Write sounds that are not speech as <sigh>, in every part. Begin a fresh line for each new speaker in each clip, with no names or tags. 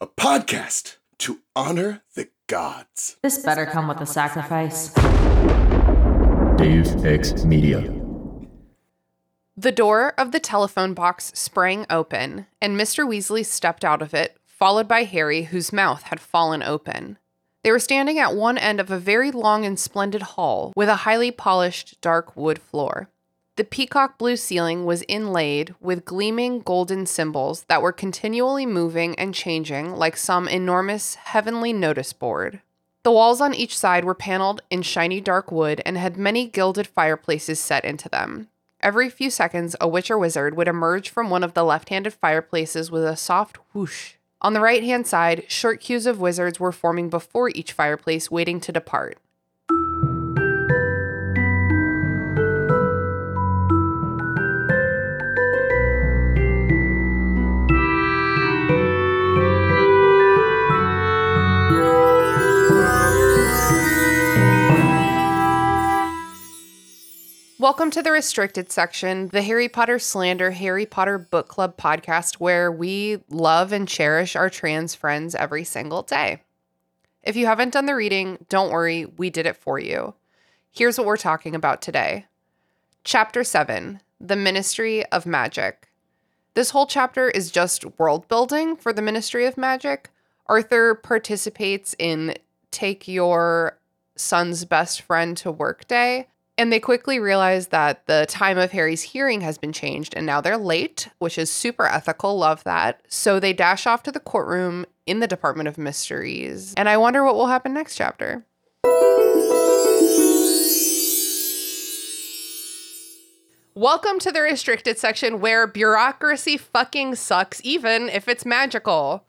a podcast to honor the gods.
This better come with a sacrifice.
Dave X Media.
The door of the telephone box sprang open, and Mr. Weasley stepped out of it, followed by Harry, whose mouth had fallen open. They were standing at one end of a very long and splendid hall with a highly polished dark wood floor. The peacock blue ceiling was inlaid with gleaming golden symbols that were continually moving and changing like some enormous heavenly notice board. The walls on each side were paneled in shiny dark wood and had many gilded fireplaces set into them. Every few seconds, a witch or wizard would emerge from one of the left handed fireplaces with a soft whoosh. On the right hand side, short queues of wizards were forming before each fireplace, waiting to depart. Welcome to the restricted section, the Harry Potter Slander Harry Potter Book Club podcast, where we love and cherish our trans friends every single day. If you haven't done the reading, don't worry, we did it for you. Here's what we're talking about today Chapter 7 The Ministry of Magic. This whole chapter is just world building for the Ministry of Magic. Arthur participates in Take Your Son's Best Friend to Work Day, and they quickly realize that the time of Harry's hearing has been changed and now they're late, which is super ethical. Love that. So they dash off to the courtroom in the Department of Mysteries. And I wonder what will happen next chapter. Welcome to the restricted section where bureaucracy fucking sucks, even if it's magical.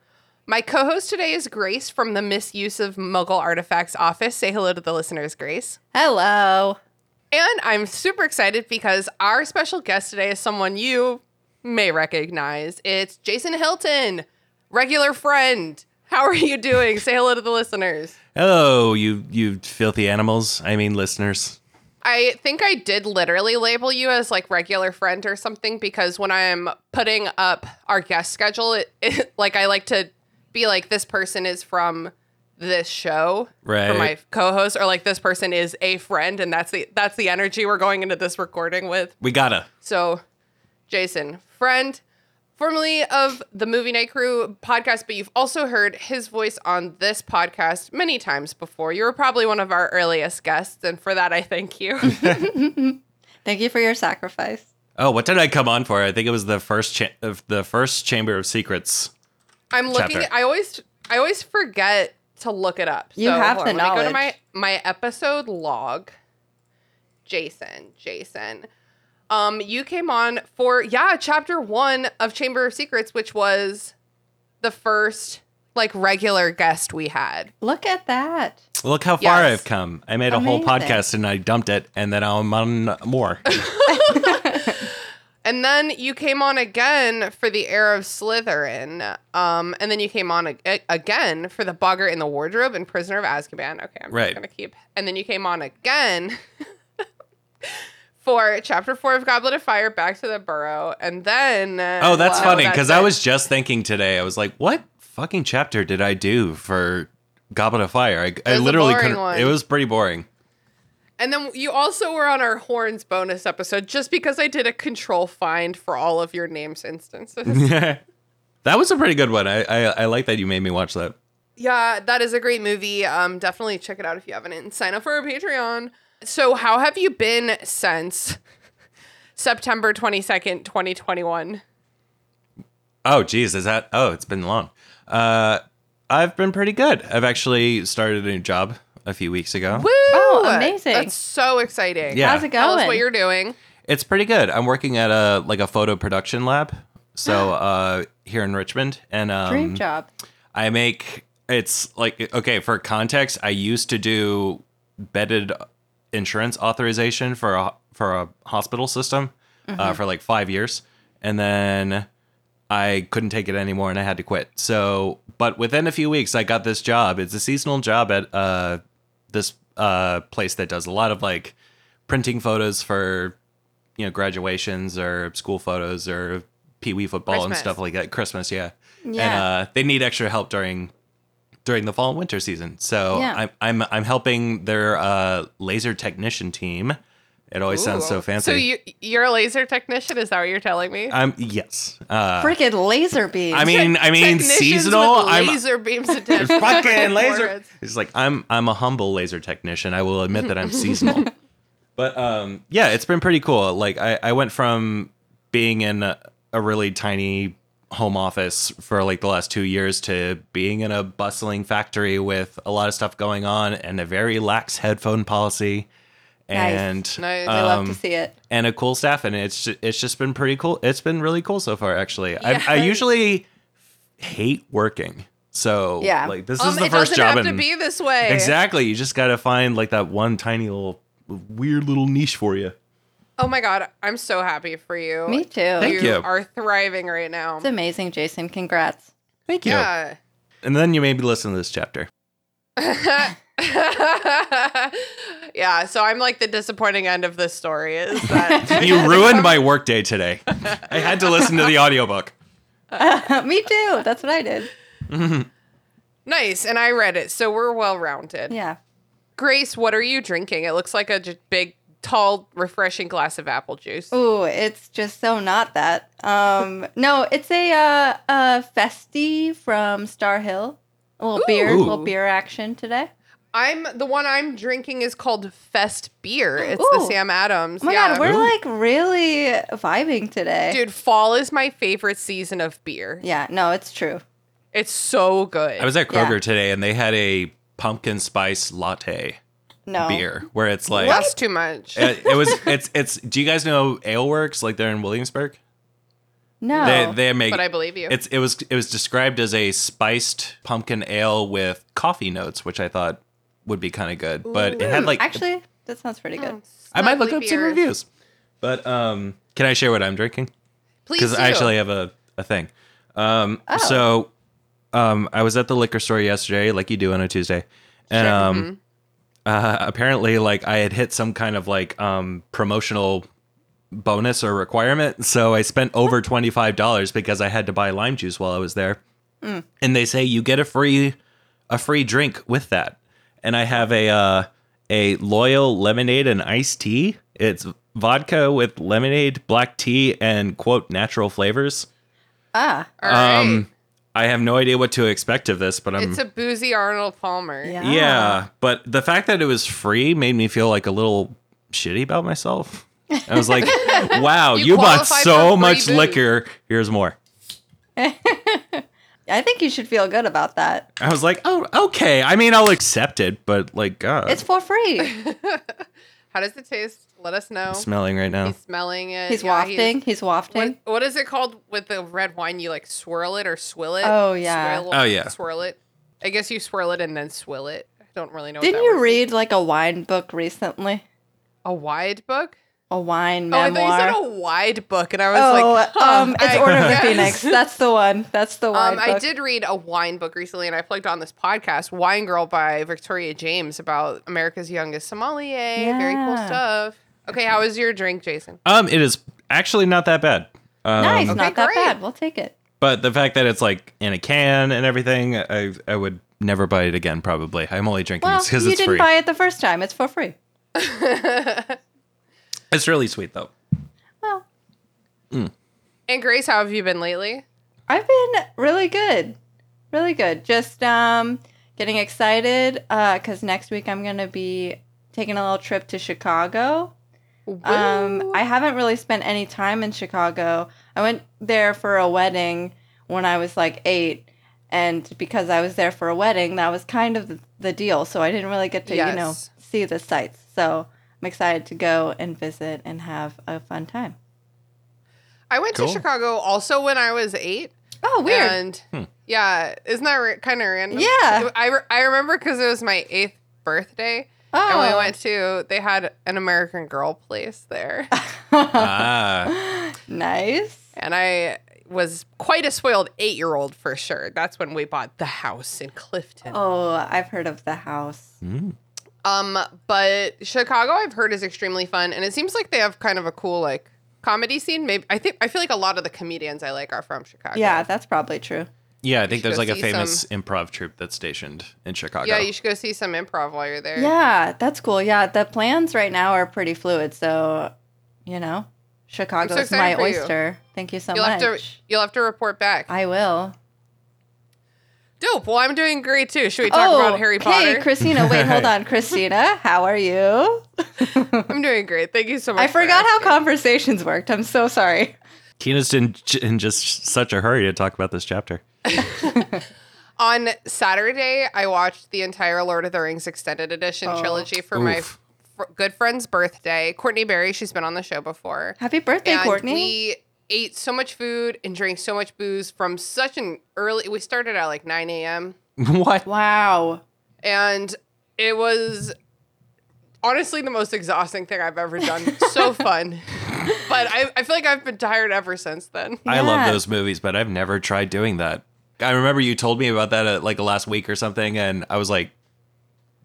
My co host today is Grace from the Misuse of Muggle Artifacts office. Say hello to the listeners, Grace.
Hello.
And I'm super excited because our special guest today is someone you may recognize. It's Jason Hilton, regular friend. How are you doing? Say hello to the listeners.
Hello, you you filthy animals. I mean, listeners.
I think I did literally label you as like regular friend or something because when I'm putting up our guest schedule, it, it like I like to be like this person is from this show for
Right.
my co-host or like this person is a friend and that's the that's the energy we're going into this recording with.
We gotta.
So, Jason, friend, formerly of the Movie Night Crew podcast, but you've also heard his voice on this podcast many times before. You were probably one of our earliest guests, and for that, I thank you. <laughs>
Thank you for your sacrifice.
Oh, what did I come on for? I think it was the first cha- of the first Chamber of Secrets.
I'm looking.
Chapter.
I always, I always forget to look it up.
You have
hold on,
the
let me Go to my
knowledge.
my episode log. Jason, Jason, um, you came on for yeah, chapter one of Chamber of Secrets, which was the first like regular guest we had.
Look at that.
Look how far
Yes.
I've come. I made a whole
Amazing.
podcast and I dumped it, and then I'm on
<laughs>
more.
And then you came on again for the Heir of Slytherin. Um, and then you came on ag- again for the Bogger in the Wardrobe and Prisoner of Azkaban. Okay, I'm
Right.
just gonna keep. And then you came on again <laughs> for Chapter Four of Goblet of Fire, Back to the Burrow, and then
oh, that's
Wow.
funny because I
it.
was just thinking today. I was like, what fucking chapter did I do for Goblet of Fire? I, I
was a
literally
boring
couldn't.
one.
It was pretty boring. <laughs>
And then you also were on our horns bonus episode just because I did a control find for all of your names instances. <laughs>
that was a pretty good one. I, I I like that you made me watch that.
Yeah, that is a great movie. Um, definitely check it out if you haven't and sign up for our Patreon. So, how have you been since September 22nd, 2021?
Oh, geez, is that? Oh, it's been long. Uh, I've been pretty good. I've actually started a new job a few weeks ago.
Woo!
Oh, amazing.
That's so exciting.
Yeah.
How's it
Tell us
going?
what you're doing.
It's pretty good. I'm working at a like a photo production lab, so uh, here in Richmond, and um,
Dream job.
I make it's like okay for context. I used to do bedded insurance authorization for a for a hospital system uh, for like five years, and then I couldn't take it anymore, and I had to quit. So, but within a few weeks, I got this job. It's a seasonal job at uh, this uh, place that does a lot of like printing photos for you know graduations or school photos or pee wee football and
Christmas.
stuff like that. Christmas, yeah.
Yeah.
and uh, they need extra help during during the fall and winter season. So
Yeah.
I'm I'm I'm helping their uh, laser technician team. It always sounds so fancy.
So you you're a laser technician? Is that what you're telling me?
I'm yes. Uh,
Freaking laser beams.
I mean I mean
Technicians
seasonal.
With
I'm
laser
<laughs>
beams attached.
<laughs>
fucking laser.
Foreheads.
It's like I'm I'm a humble laser technician. I will admit that I'm
<laughs>
seasonal. But um, yeah, it's been pretty cool. Like I, I went from being in a, a really tiny home office for like the last two years to being in a bustling factory with a lot of stuff going on and a very lax headphone policy.
Nice.
And
Nice.
I love to
um,
see it.
and a cool staff and it's ju- it's just been pretty cool it's been really cool so far actually
Yeah.
I, I usually hate working so
Yeah.
like this
Um,
is the
it
first
doesn't
job
have to
in-
be this way.
exactly you just gotta find like that one tiny little weird little niche for you
Oh my god, I'm so happy for you.
Me too.
Thank you.
are thriving right now.
It's amazing, Jason. Congrats. <laughs>
thank you
Yeah.
and then you maybe listen to this
<laughs>
chapter
<laughs> yeah, so I'm like the disappointing end of this story is
<laughs>
that
you ruined my workday today i had to listen to the audiobook
Me too. That's what I did.
nice and I read it, so we're well rounded.
Yeah.
Grace, what are you drinking? It looks like a j- big, tall, refreshing glass of apple juice.
Ooh, it's just so not that. Um, no, it's a uh, a festy from Star Hill. A little beer,
Ooh.
little beer action today.
I'm the one I'm drinking is called Fest Beer. It's the
Ooh.
Sam Adams.
Oh my
yeah.
god, we're
Ooh.
like really vibing today.
Dude, fall is my favorite season of beer.
Yeah, no, it's true.
It's so good.
i was at kroger
Yeah.
today and they had a pumpkin spice latte
Oh.
No
beer where it's like
That's too much.
it, it was it's it's do you guys know aleworks like they're in williamsburg
No.
they they make
Oh, but I believe you.
it's it was it was described as a spiced pumpkin ale with coffee notes which i thought would be kind of good but it had
Hmm,
like
actually, that sounds pretty good.
i might look up
Snuggly
some
beers.
reviews but um can i share what i'm drinking
Please
because
do. Oh.
i actually have a, a thing um so um i was at the liquor store yesterday like you do on a tuesday and um
Mm-hmm.
uh, apparently like I had hit some kind of like um promotional bonus or requirement, so I spent over twenty five dollars because I had to buy lime juice while I was there.
Mm.
And they say you get a free a free drink with that, and I have a uh, a loyal lemonade and iced tea. It's vodka with lemonade, black tea, and quote natural flavors.
Ah,
All right.
Um, I have no idea what to expect of this, but I'm
it's a boozy Arnold Palmer.
yeah.
yeah, but the fact that it was free made me feel like a little shitty about myself. I was
<laughs>
like, wow,
You
you, bought
qualify for
so
free
much
booze.
liquor. Here's more.
I think you should feel good about that.
I was like, oh, okay. I mean, I'll accept it, but like, God,
It's
it's
for
<laughs>
free.
How does it taste? Let us know.
smelling right now.
He's smelling it.
He's
Yeah,
wafting. He's, wafting.
What, what is it called with the red wine? You like swirl it or swill it?
Oh, yeah.
Swirl,
Oh, yeah.
Swirl it. I guess you swirl it and then swill it. I don't really know.
Didn't
what that
you
word is.
read like a wine book recently?
a wide book?
A wine
Oh, I
memoir.
thought you said a wide book, and I was
oh,
like, huh,
um, it's
I
Order of the
guess.
Phoenix. That's the one. That's the one.
Um, I did read a wine book recently, and I plugged on this podcast, Wine Girl by Victoria James, about America's youngest sommelier. Very cool
Yeah.
stuff. Okay, how was your drink, Jason?
Um, it is actually not that bad. Um,
Nice,
Okay,
not that
great.
bad. We'll take it.
But the fact that it's like in a can and everything, I I would never buy it again. Probably. I'm only drinking
Well,
this
you
because it's
didn't
free.
buy it the first time. It's for free.
it's really sweet
<laughs>
though.
Well,
And Grace, how have you been lately?
I've been really good, really good. Just um, getting excited because next week I'm gonna be taking a little trip to Chicago. Um, I haven't really spent any time in Chicago. I went there for a wedding when I was like eight, and because I was there for a wedding, that was kind of the, the deal. So I didn't really get to you know
Yes.
see the sights. So I'm excited to go and visit and have a fun time.
I went
Cool.
to Chicago also when I was eight.
Oh, weird.
And yeah, isn't that r kind of random?
Yeah.
I, re- I remember because it was my eighth birthday.
oh,
And we went to, they had an American Girl place
<laughs>
there.
ah,
nice.
and I was quite a spoiled eight year old for sure. That's when we bought the house in Clifton.
Oh, I've heard of the house.
Um, but Chicago, I've heard, is extremely fun, and it seems like they have kind of a cool like comedy scene. Maybe I think I feel like a lot of the comedians I like are from Chicago.
Yeah, that's probably true.
Yeah, I think
should
there's
go
like a
see
famous improv troupe that's stationed in Chicago.
Yeah, you should go see some improv while you're there.
Yeah, that's cool. Yeah, the plans right now are pretty fluid, so you know, Chicago's
excited
my
for you.
oyster. Thank you so
You'll
much.
have to you'll have to report back.
I will.
Dope. Well, I'm doing great too. Should we talk about Harry Potter?
Oh, Hey, Christina, wait, hold on, Christina. How are you?
<laughs> I'm doing great. Thank you so much.
I
for
forgot how
asking.
conversations worked. I'm so sorry.
Kina's in, in just such a hurry to talk about this chapter.
on Saturday I watched the entire Lord of the Rings extended edition
Oh.
trilogy for my
Oof. <laughs>
fr- good friend's birthday. Courtney Berry, she's been on the show before.
Happy birthday,
and
Courtney.
we ate so much food and drank so much booze from such an early. We started at like 9 a.m.
what?
wow.
and it was honestly the most exhausting thing I've ever done.
<laughs>
so fun, but I, I feel like I've been tired ever since then.
I love
Yeah.
those movies, but I've never tried doing that. I remember you told me about that uh like last week or something, and I was like,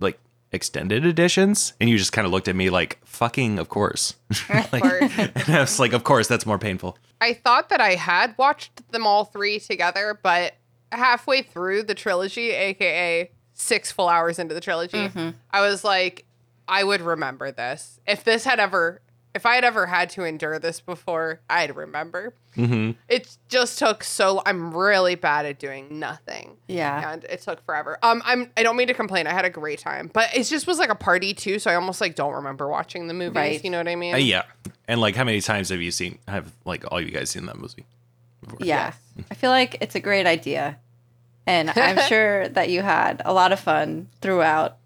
like extended editions, and you just kind of looked at me like, fucking, of course. <laughs> like, and I was like, of course, that's more painful.
I thought that I had watched them all three together, but halfway through the trilogy, aka six full hours into the trilogy,
Mm-hmm.
I was like, I would remember this. If this had ever, if I had ever had to endure this before, I'd remember.
Mm-hmm.
It just took so. I'm really bad at doing nothing.
Yeah.
and it took forever. Um, I'm I don't mean to complain. I had a great time, but it just was like a party too. So I almost like don't remember watching the movies.
Right.
You know what I mean?
Uh, yeah, and like, how many times have you seen? Have like all you guys seen that movie?
Yeah. I feel like it's a great idea.
<laughs>
And I'm sure that you had a lot of fun throughout.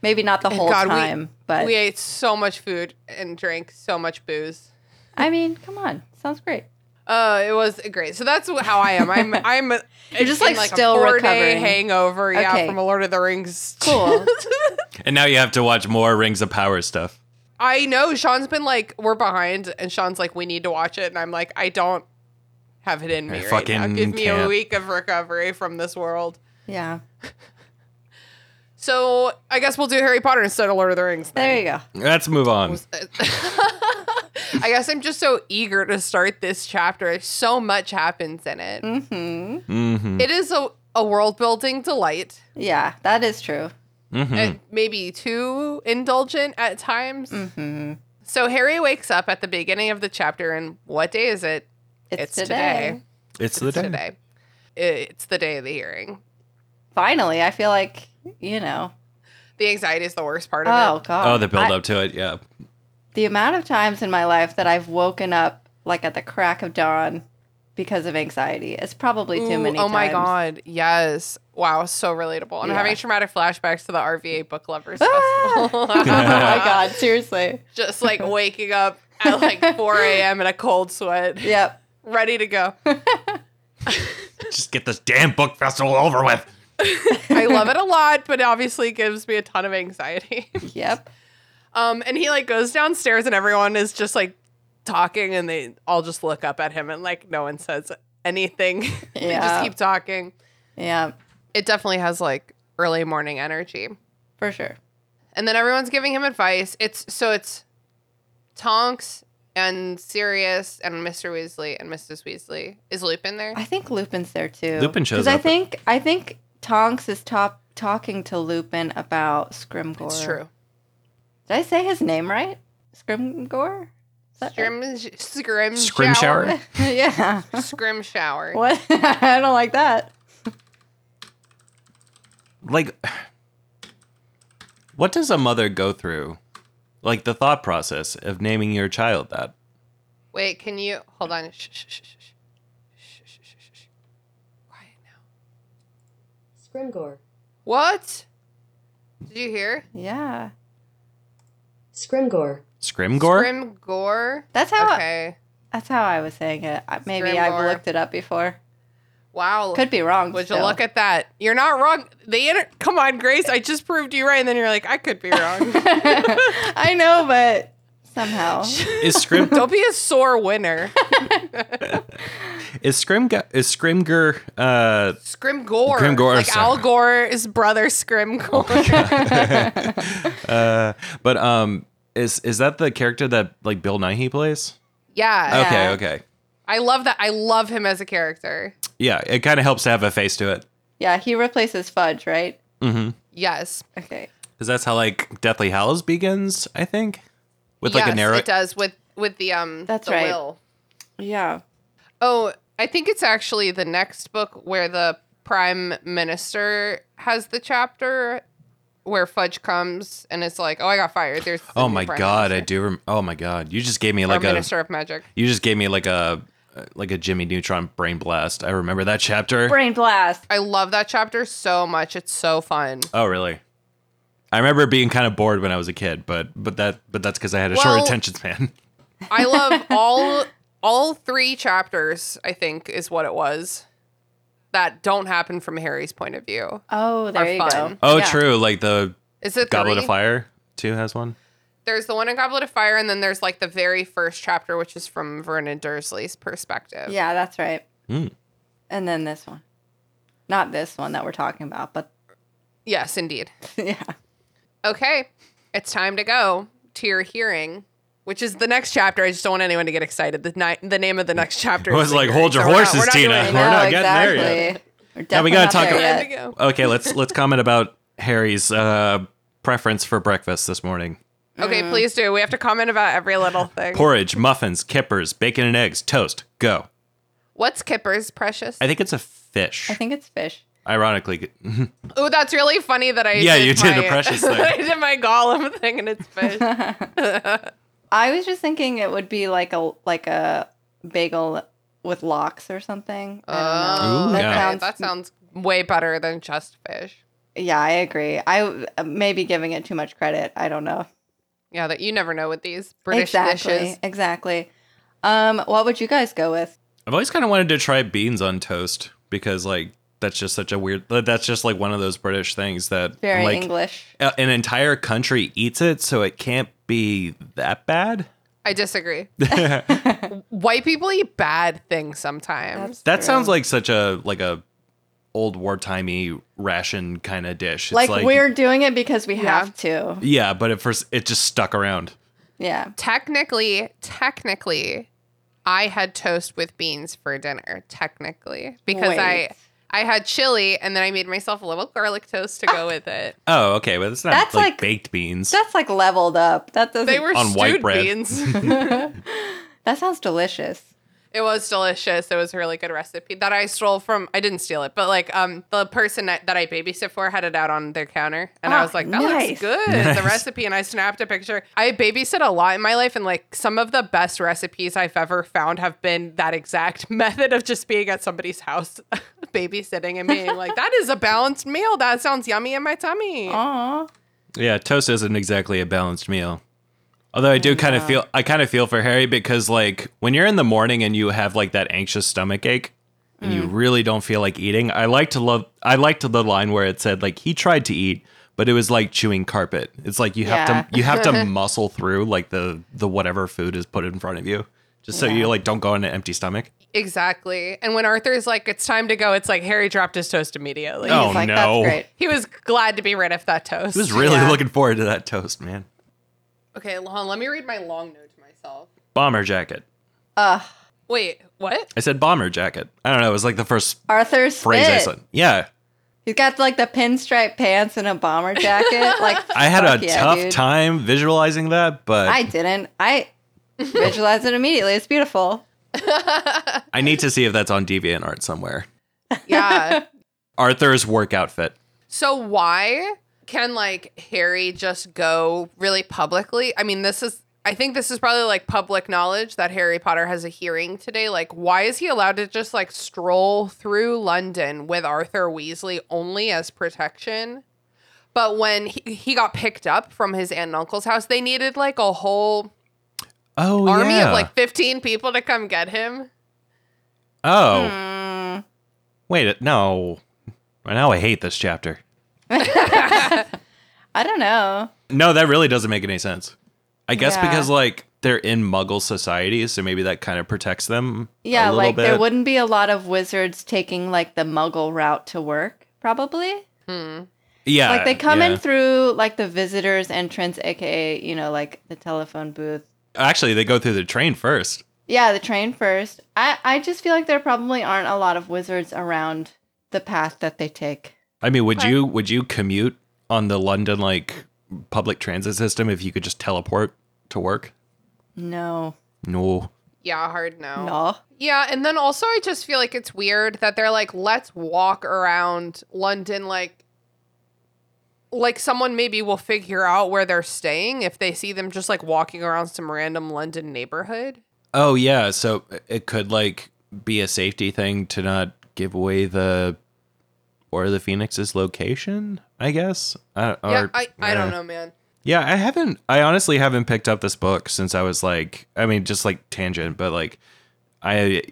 Maybe not the whole
God, we-
time, but
We ate so much food and drank so much booze.
I mean, come on.
<laughs>
Sounds great.
Uh, it was great. So that's how I am.
<laughs>
I'm I'm
You're just,
in,
like, still
a
recovering.
hangover. Yeah,
Okay.
from a Lord of the Rings.
Cool.
And now you have to watch more Rings of Power stuff.
I know Sean's been like we're behind, and Sean's like we need to watch it, and I'm like I don't have it in me
I
right now.
fucking
Give me a
can't.
week of recovery from this world.
yeah.
So I guess we'll do Harry Potter instead of Lord of the Rings. Then.
There you go.
Let's move on.
I guess I'm just so eager to start this chapter. So much happens in it.
hmm
Mm-hmm.
It is a, a world building delight.
Yeah, that is true.
Mm-hmm.
and Maybe too indulgent at times.
Mm-hmm.
hmm
So Harry wakes up at the beginning of the chapter, and what day is it?
It's,
It's
today.
today.
it's the
It's
day.
today. It's the day of the hearing.
Finally, I feel like, you know.
The anxiety is the worst part of
Oh,
it.
God.
Oh, the build
I-
up to it. Yeah.
the amount of times in my life that I've woken up like at the crack of dawn because of anxiety is probably too
Ooh,
many
oh my
times.
god, yes. Wow, so relatable. And I'm
Yeah.
having traumatic flashbacks to the RVA Book Lovers
<laughs>
Ah! <laughs>
Festival. <laughs>
oh my god, seriously.
Just like waking up at like 4 a.m. in a cold sweat,
Yep.
ready to go.
Just get this damn book festival over with.
I love it a lot, but obviously gives me a ton of anxiety. <laughs>
Yep.
Um, and he like goes downstairs and everyone is just like talking and they all just look up at him and like no one says anything. <laughs> they
Yeah.
just keep talking.
Yeah.
It definitely has like early morning energy.
For sure.
and then everyone's giving him advice. It's so it's Tonks and Sirius and Mr. Weasley and Mrs. Weasley. Is Lupin there?
I think Lupin's there too.
Lupin shows
Because I
up.
think I think Tonks is top talking to Lupin about Scrimgore.
It's true.
Did I say his name right? Scrimgore? <laughs> Is that-
Scrim, scrim,
Uh, Scrim Mm, <laughs> shower.
yeah.
<laughs> Scrim shower.
What? <laughs> I don't like that.
Like, what does a mother go through? Like the thought process of naming your child that.
Wait, can you hold on? Shh, shh, shh, shh, shh. Shh, shh, shh, shh, shh. Quiet now.
Scrimgore.
What? Did you hear?
Yeah.
Scrimgore.
Scrimgore.
Scrim gore.
That's how
okay.
that's how I was saying it. I- Maybe
Scrimgore.
I've looked it up before.
Wow.
Could be wrong.
Would you
still. <laughs>
look at that? You're not wrong. The inter- come on, Grace. I just proved you right, and then you're like, I could be
<laughs>
wrong.
I know, but
<laughs>
somehow.
<laughs> is Scrim
Don't be a sore winner.
is Scrim is Scrimger uh
Scrim Gore.
Scrim Gore,
Like
sorry.
Al Gore is brother Scrim Gore.
<laughs> uh but um is is that the character that like Bill Nighy plays?
yeah.
Yeah.
Okay, okay.
I love that. I love him as a character.
Yeah, it kind of helps to have a face to it.
Yeah, he replaces Fudge, right?
Yes.
Okay.
Because that's how like Deathly Hallows begins, I think, with like
yes,
a narrow.
It does with with the um.
That's
the
right.
Will.
Yeah.
Oh, I think it's actually the next book where the prime minister has the chapter where Fudge comes and it's like, oh, I got fired. There's the
Oh
new
my
prime
god, I
minister.
do. Rem- oh my god, you just gave me
Or
like a.
minister of magic.
You just gave me like a like a Jimmy Neutron brain blast. I remember that chapter.
Brain blast.
I love that chapter so much. It's so fun.
oh really? I remember being kind of bored when I was a kid, but but that but that's because I had a
Well-
short attention span. <laughs>
I love all all three chapters, I think is what it was. That don't happen from Harry's point of view.
<laughs> Oh, there
Are
you
fun.
go.
<laughs> Oh,
Yeah.
true. Like the
Is it
Goblet
three?
of Fire too has one.
There's the one in Goblet of Fire, and then there's like the very first chapter, which is from Vernon Dursley's perspective.
Yeah, that's right.
Mm.
And then this one. Not this one that we're talking about, but <laughs>
Yes, indeed.
yeah.
Okay, it's time to go to your hearing, which is the next chapter. I just don't want anyone to get excited. The ni- the name of the next chapter.
I
is
was
The
like,
Hearing,
hold your
so we're not-
horses,
we're not
Tina.
doing
We're
that.
not getting there yet.
We're
Now we
definitely
gotta
not
talk
there
about-
yet.
Time to go.
Okay,
<laughs>
let's let's comment about Harry's uh preference for breakfast this morning.
Okay, please do. We have to comment about
<laughs>
every little thing.
Porridge, muffins, kippers, bacon and eggs, toast. Go.
What's Kipper's precious?
I think it's a fish.
I think it's fish.
Ironically,
Oh, that's really funny that I
Yeah, you did
my,
the
<laughs>
precious thing.
I did my golem thing and it's fish.
I was just thinking it would be like a like a bagel with locks or something. I don't know.
Oh,
Ooh,
okay,
yeah.
that sounds way better than just fish.
Yeah, I agree. I may be giving it too much credit. I don't know.
Yeah, that you never know with these British
exactly.
dishes.
Exactly. Um, what would you guys go with?
I've always kind of wanted to try beans on toast because like that's just such a weird that's just like one of those British things that
Very
like
English.
a- uh, an entire country eats it so it can't be that bad. <laughs>
I disagree. White people eat bad things sometimes.
That sounds like such a like a old wartimey ration kind of dish. It's
like, we're doing it because we
Yeah.
have to.
Yeah, but at first it just stuck around.
Yeah.
Technically, technically, I had toast with beans for dinner. Technically, because
Wait.
I I had chili and then I made myself a little garlic toast to go with it.
Oh, okay, but it's not
That's
like,
like-
baked beans.
That's like leveled up. That doesn't
They were
On
stewed
white bread.
beans.
That sounds delicious.
It was delicious. It was a really good recipe that I stole from. I didn't steal it, but like um, the person that, that I babysit for had it out on their counter, and I
Ah,
was like, "That
nice.
looks good." The
Nice.
recipe, and I snapped a picture. I babysit a lot in my life, and like some of the best recipes I've ever found have been that exact <laughs> method of just being at somebody's house, <laughs> babysitting, and being like, "That is a balanced meal. That sounds yummy in my tummy."
Aw.
Yeah, toast isn't exactly a balanced meal. Although I do kind of feel I kind of feel for Harry because like when you're in the morning and you have like that anxious stomach ache and
Mm.
you really don't feel like eating, I like to love I liked the line where it said like he tried to eat, but it was like chewing carpet. It's like you have to
Yeah.
you have
<laughs>
to muscle through like the the whatever food is put in front of you. Just so you like don't go on an empty stomach.
Exactly. And when Arthur's like, "It's time to go," it's like Harry dropped his toast immediately.
Oh,
He's like,
no.
That's great.
He was glad to be rid of that toast.
I was really
Yeah.
looking forward to that toast, man.
Okay, hold on. Let me read my long note to myself.
Bomber jacket.
Ugh.
Wait, what?
I said bomber jacket. I don't know. It was like the first
Arthur's
phrase I
fit.
said. Yeah,
He's got like the pinstripe pants and a
<laughs>
bomber jacket. Like
I had
fuck
a
yeah,
tough
dude.
time visualizing that, but
I
I,
didn't.
<laughs>
I visualized it immediately. It's beautiful.
need to see if that's on DeviantArt somewhere.
<laughs> Yeah.
Arthur's work outfit.
so why can like Harry just go really publicly? I mean, this is I think this is probably like public knowledge that Harry Potter has a hearing today. Like, why is he allowed to just like stroll through London with Arthur Weasley only as protection? But when he, he got picked up from his aunt and uncle's house, they needed like a whole
Oh
army
yeah.
of like 15 people to come get him.
oh
hmm.
wait no. Well, now I hate this chapter.
I don't know.
No, that really doesn't make any sense. I guess
Yeah.
because like they're in Muggle society, so maybe that kind of protects them.
Yeah,
a little
like
bit.
there wouldn't be a lot of wizards taking like the muggle route to work, probably.
Yeah,
Like they come
Uh, yeah.
in through like the visitors entrance, aka, you know, like the telephone booth.
Actually, they go through the train first.
Yeah, the train first. I, I just feel like there probably aren't a lot of wizards around the path that they take.
I mean, would
Fine.
you would you commute on the London like public transit system if you could just teleport to work?
No.
No.
Yeah, hard no.
No.
Yeah, and then also I just feel like it's weird that they're like, let's walk around London like like someone maybe will figure out where they're staying if they see them just like walking around some random London neighborhood.
Oh yeah, so it could like be a safety thing to not give away the or the Phoenix's location, I guess. I, or,
yeah, I, I
yeah.
don't know, man.
Yeah, I haven't. I honestly haven't picked up this book since I was like, I mean, just like tangent, but like, I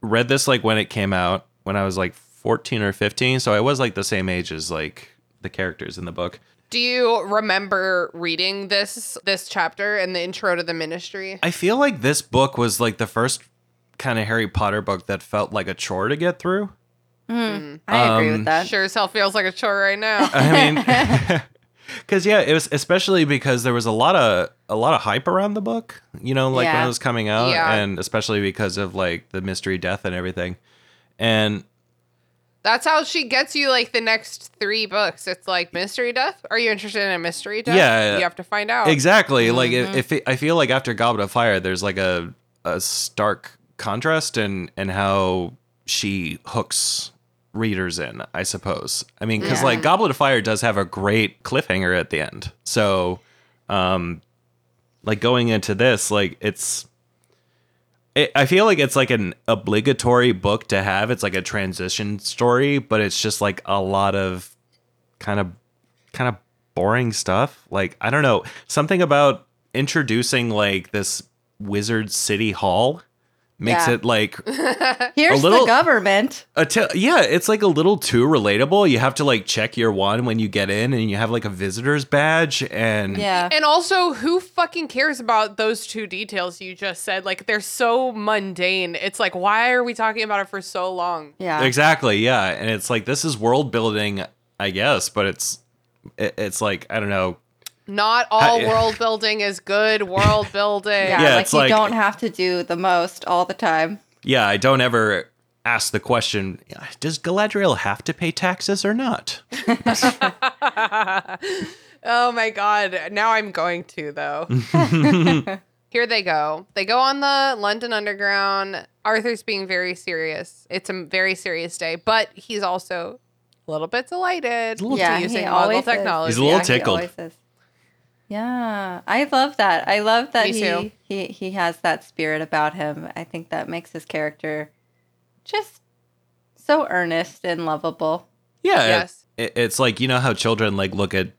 read this like when it came out when I was like 14 or 15. So I was like the same age as like the characters in the book.
Do you remember reading this this chapter in the intro to the ministry?
I feel like this book was like the first kind of Harry Potter book that felt like a chore to get through.
Hmm. I agree
Um,
with that.
Mm-hmm. Sure as hell feels like a chore right now.
<laughs> I
<laughs>
mean, because yeah, it was especially because there was a lot of a lot of hype around the book. You know, like when
Yeah.
it was coming out,
Yeah.
and especially because of like the mystery death and everything. And
That's how she gets you like the next three books. It's like mystery death. Are you interested in a mystery death?
Yeah.
you have to find
Oh.
out.
exactly, like
Mm-hmm.
if, if it, I feel like after Goblet of Fire, there's like a a stark contrast in and how she hooks readers in. I suppose. I mean, because
Yeah.
like Goblet of Fire does have a great cliffhanger at the end. So, um, like going into this, like it's. It, I feel like it's like an obligatory book to have. It's like a transition story, but it's just like a lot of kind of kind of boring stuff. Like I don't know, something about introducing like this wizard city hall makes
Yeah.
it like
Here's
A little-
the government.
a te- yeah, it's like a little too relatable. You have to like check your one when you get in and you have like a visitor's badge and
Yeah.
<laughs> And also, who fucking cares about those two details you just said? Like, they're so mundane. It's like, why are we talking about it for so long?
Yeah.
Exactly, yeah. And it's like this is world building, I guess, but it's it- it's like I don't know.
Not all
Hi- <laughs>
world building is good world building.
Yeah,
Yeah,
like
it's
you
like-
don't have to do the most all the time.
Yeah, I don't ever ask the question, does Galadriel have to pay taxes or not?
<laughs> Oh my god. Now I'm going to
<laughs>
though. Here they go. They go on the London Underground. Arthur's being very serious. It's a very serious day, but he's also a little bit delighted
yeah,
to
he
using
always
Muggle
is.
technology.
He's a little
Yeah, he
tickled.
always is. Yeah, I love that. I love that
Me
he,
too.
he he has that spirit about him. I think that makes his character just so earnest and lovable.
Yeah.
Yes.
it- it's like you know how children like look at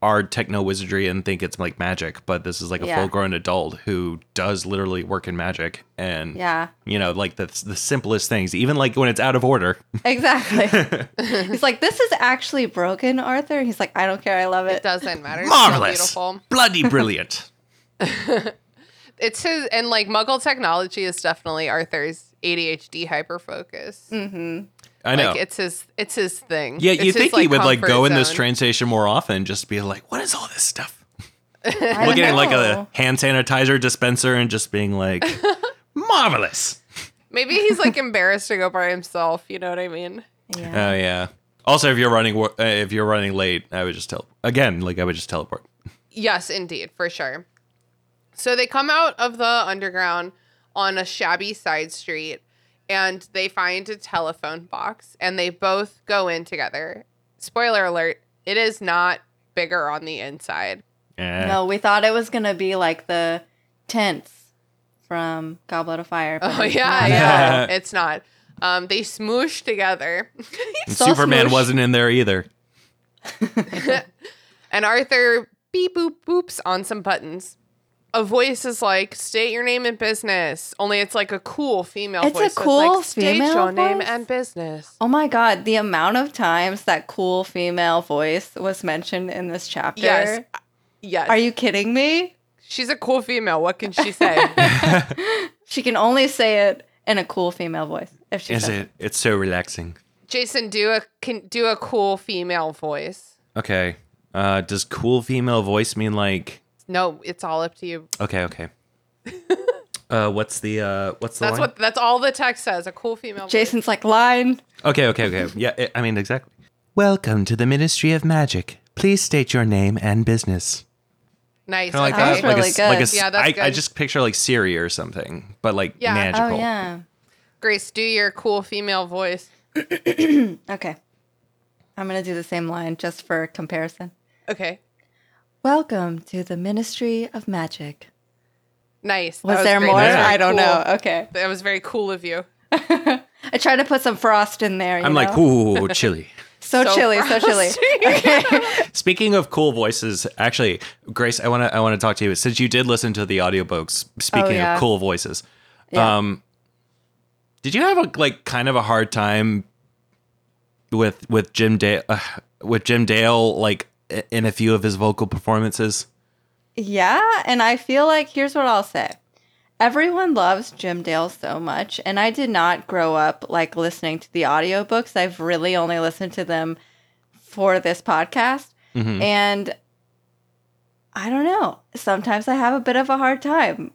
our techno wizardry and think it's like magic, but this is like a
Yeah.
full grown adult who does literally work in magic and
Yeah,
you know, like the the simplest things, even like when it's out of order.
exactly.
<laughs>
he's like, this is actually broken, Arthur. He's like, I don't care. I love it.
It doesn't matter. It's so
Marvelous.
beautiful.
Bloody
<laughs>
brilliant.
It's his and like Muggle technology is definitely Arthur's ADHD hyperfocus.
I know.
Like it's his it's his thing.
yeah, you
It's his,
think he would like
comfort
go in this
zone.
train station more often just be like, What is all this stuff?
I
Looking at like
know.
a hand sanitizer dispenser and just being like Marvelous.
Maybe
<laughs>
he's like embarrassed to go by himself, you know what I mean?
Yeah.
Oh yeah. Also, if you're running, wo- uh, if you're running late, I would just tell again. Like I would just teleport.
Yes, indeed, for sure. So they come out of the underground on a shabby side street and they find a telephone box and they both go in together. Spoiler alert, it is not bigger on the inside.
Yeah.
No, we thought it was gonna be like the tents from Goblet of Fire.
<laughs>
but
Oh
it's
yeah,
not.
yeah. it's not. Um, they smoosh together.
And
so
Superman
smoosh.
wasn't in there either.
and Arthur beep boop boops on some buttons. A voice is like, state your name and business. Only it's like a cool female
It's a
voice. so
cool
like, state
female
your name
voice?
and business.
Oh my god, the amount of times that cool female voice was mentioned in this chapter.
Yes. Yes.
Are you kidding me?
She's a cool female. What can she say?
<laughs> She can only say it in a cool female voice. If she
Is
says
it? It's so relaxing.
Jason, do a can do a cool female voice.
Okay. Uh, does cool female voice mean like?
No, it's all up to you.
Okay. Okay. Uh, what's the uh, what's the
That's
line?
what. That's all the text says. A cool female. voice.
Jason's like, line.
Okay, okay, okay. Yeah, I- I mean exactly. Welcome to the Ministry of Magic. Please state your name and business.
Nice.
Kind of like
okay.
that,
That's really
like a, s- like a
good.
s-
Yeah, that's
I- I
good.
just picture like Siri or something, but like
Yeah. Oh,
magical.
Oh yeah.
Grace, do your cool female voice.
Okay. I'm gonna do the same line just for comparison.
Okay.
Welcome to the Ministry of Magic.
Nice. That
Was, there
great.
more?
That was very
I don't
cool.
know. Okay.
That was very cool of you.
I tried to put some frost in there. you
I'm like,
know?
ooh, chilly.
so,
So
chilly, so chilly. Okay. <laughs>
Speaking of cool voices, actually, Grace, I want to I want to talk to you since you did listen to the audiobooks. Speaking
yeah.
of cool voices,
Yeah.
um, did you have a like kind of a hard time with with Jim Dale uh, with Jim Dale like i- in a few of his vocal performances?
Yeah, and I feel like here's what I'll say. Everyone loves Jim Dale so much, and I did not grow up like listening to the audiobooks. I've really only listened to them for this podcast.
Mhm.
And I don't know. Sometimes I have a bit of a hard time.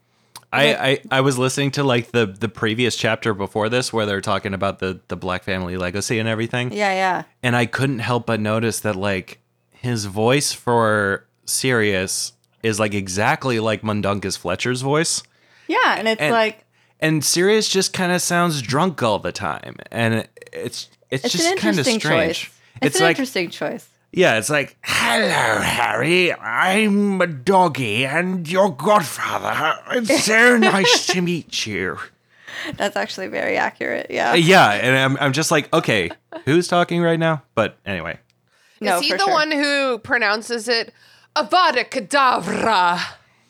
I, I I was listening to like the the previous chapter before this where they're talking about the the black family legacy and everything.
Yeah, yeah.
and I couldn't help but notice that like his voice for Sirius is like exactly like Mundungus Fletcher's voice,
Yeah, and it's
And-
like
and Sirius just kind of sounds drunk all the time, and it- it's it's,
it's an
just kind of
interesting
strange.
choice. It's,
It's
an
like
interesting choice.
yeah, it's like hello Harry, I'm a doggy and your godfather. It's
<laughs>
so nice to meet you.
That's actually very accurate. Yeah.
Uh, Yeah, and I'm I'm just like okay, who's talking right now? But anyway,
No,
Is he
for
the
sure.
one who pronounces it Avada Kedavra?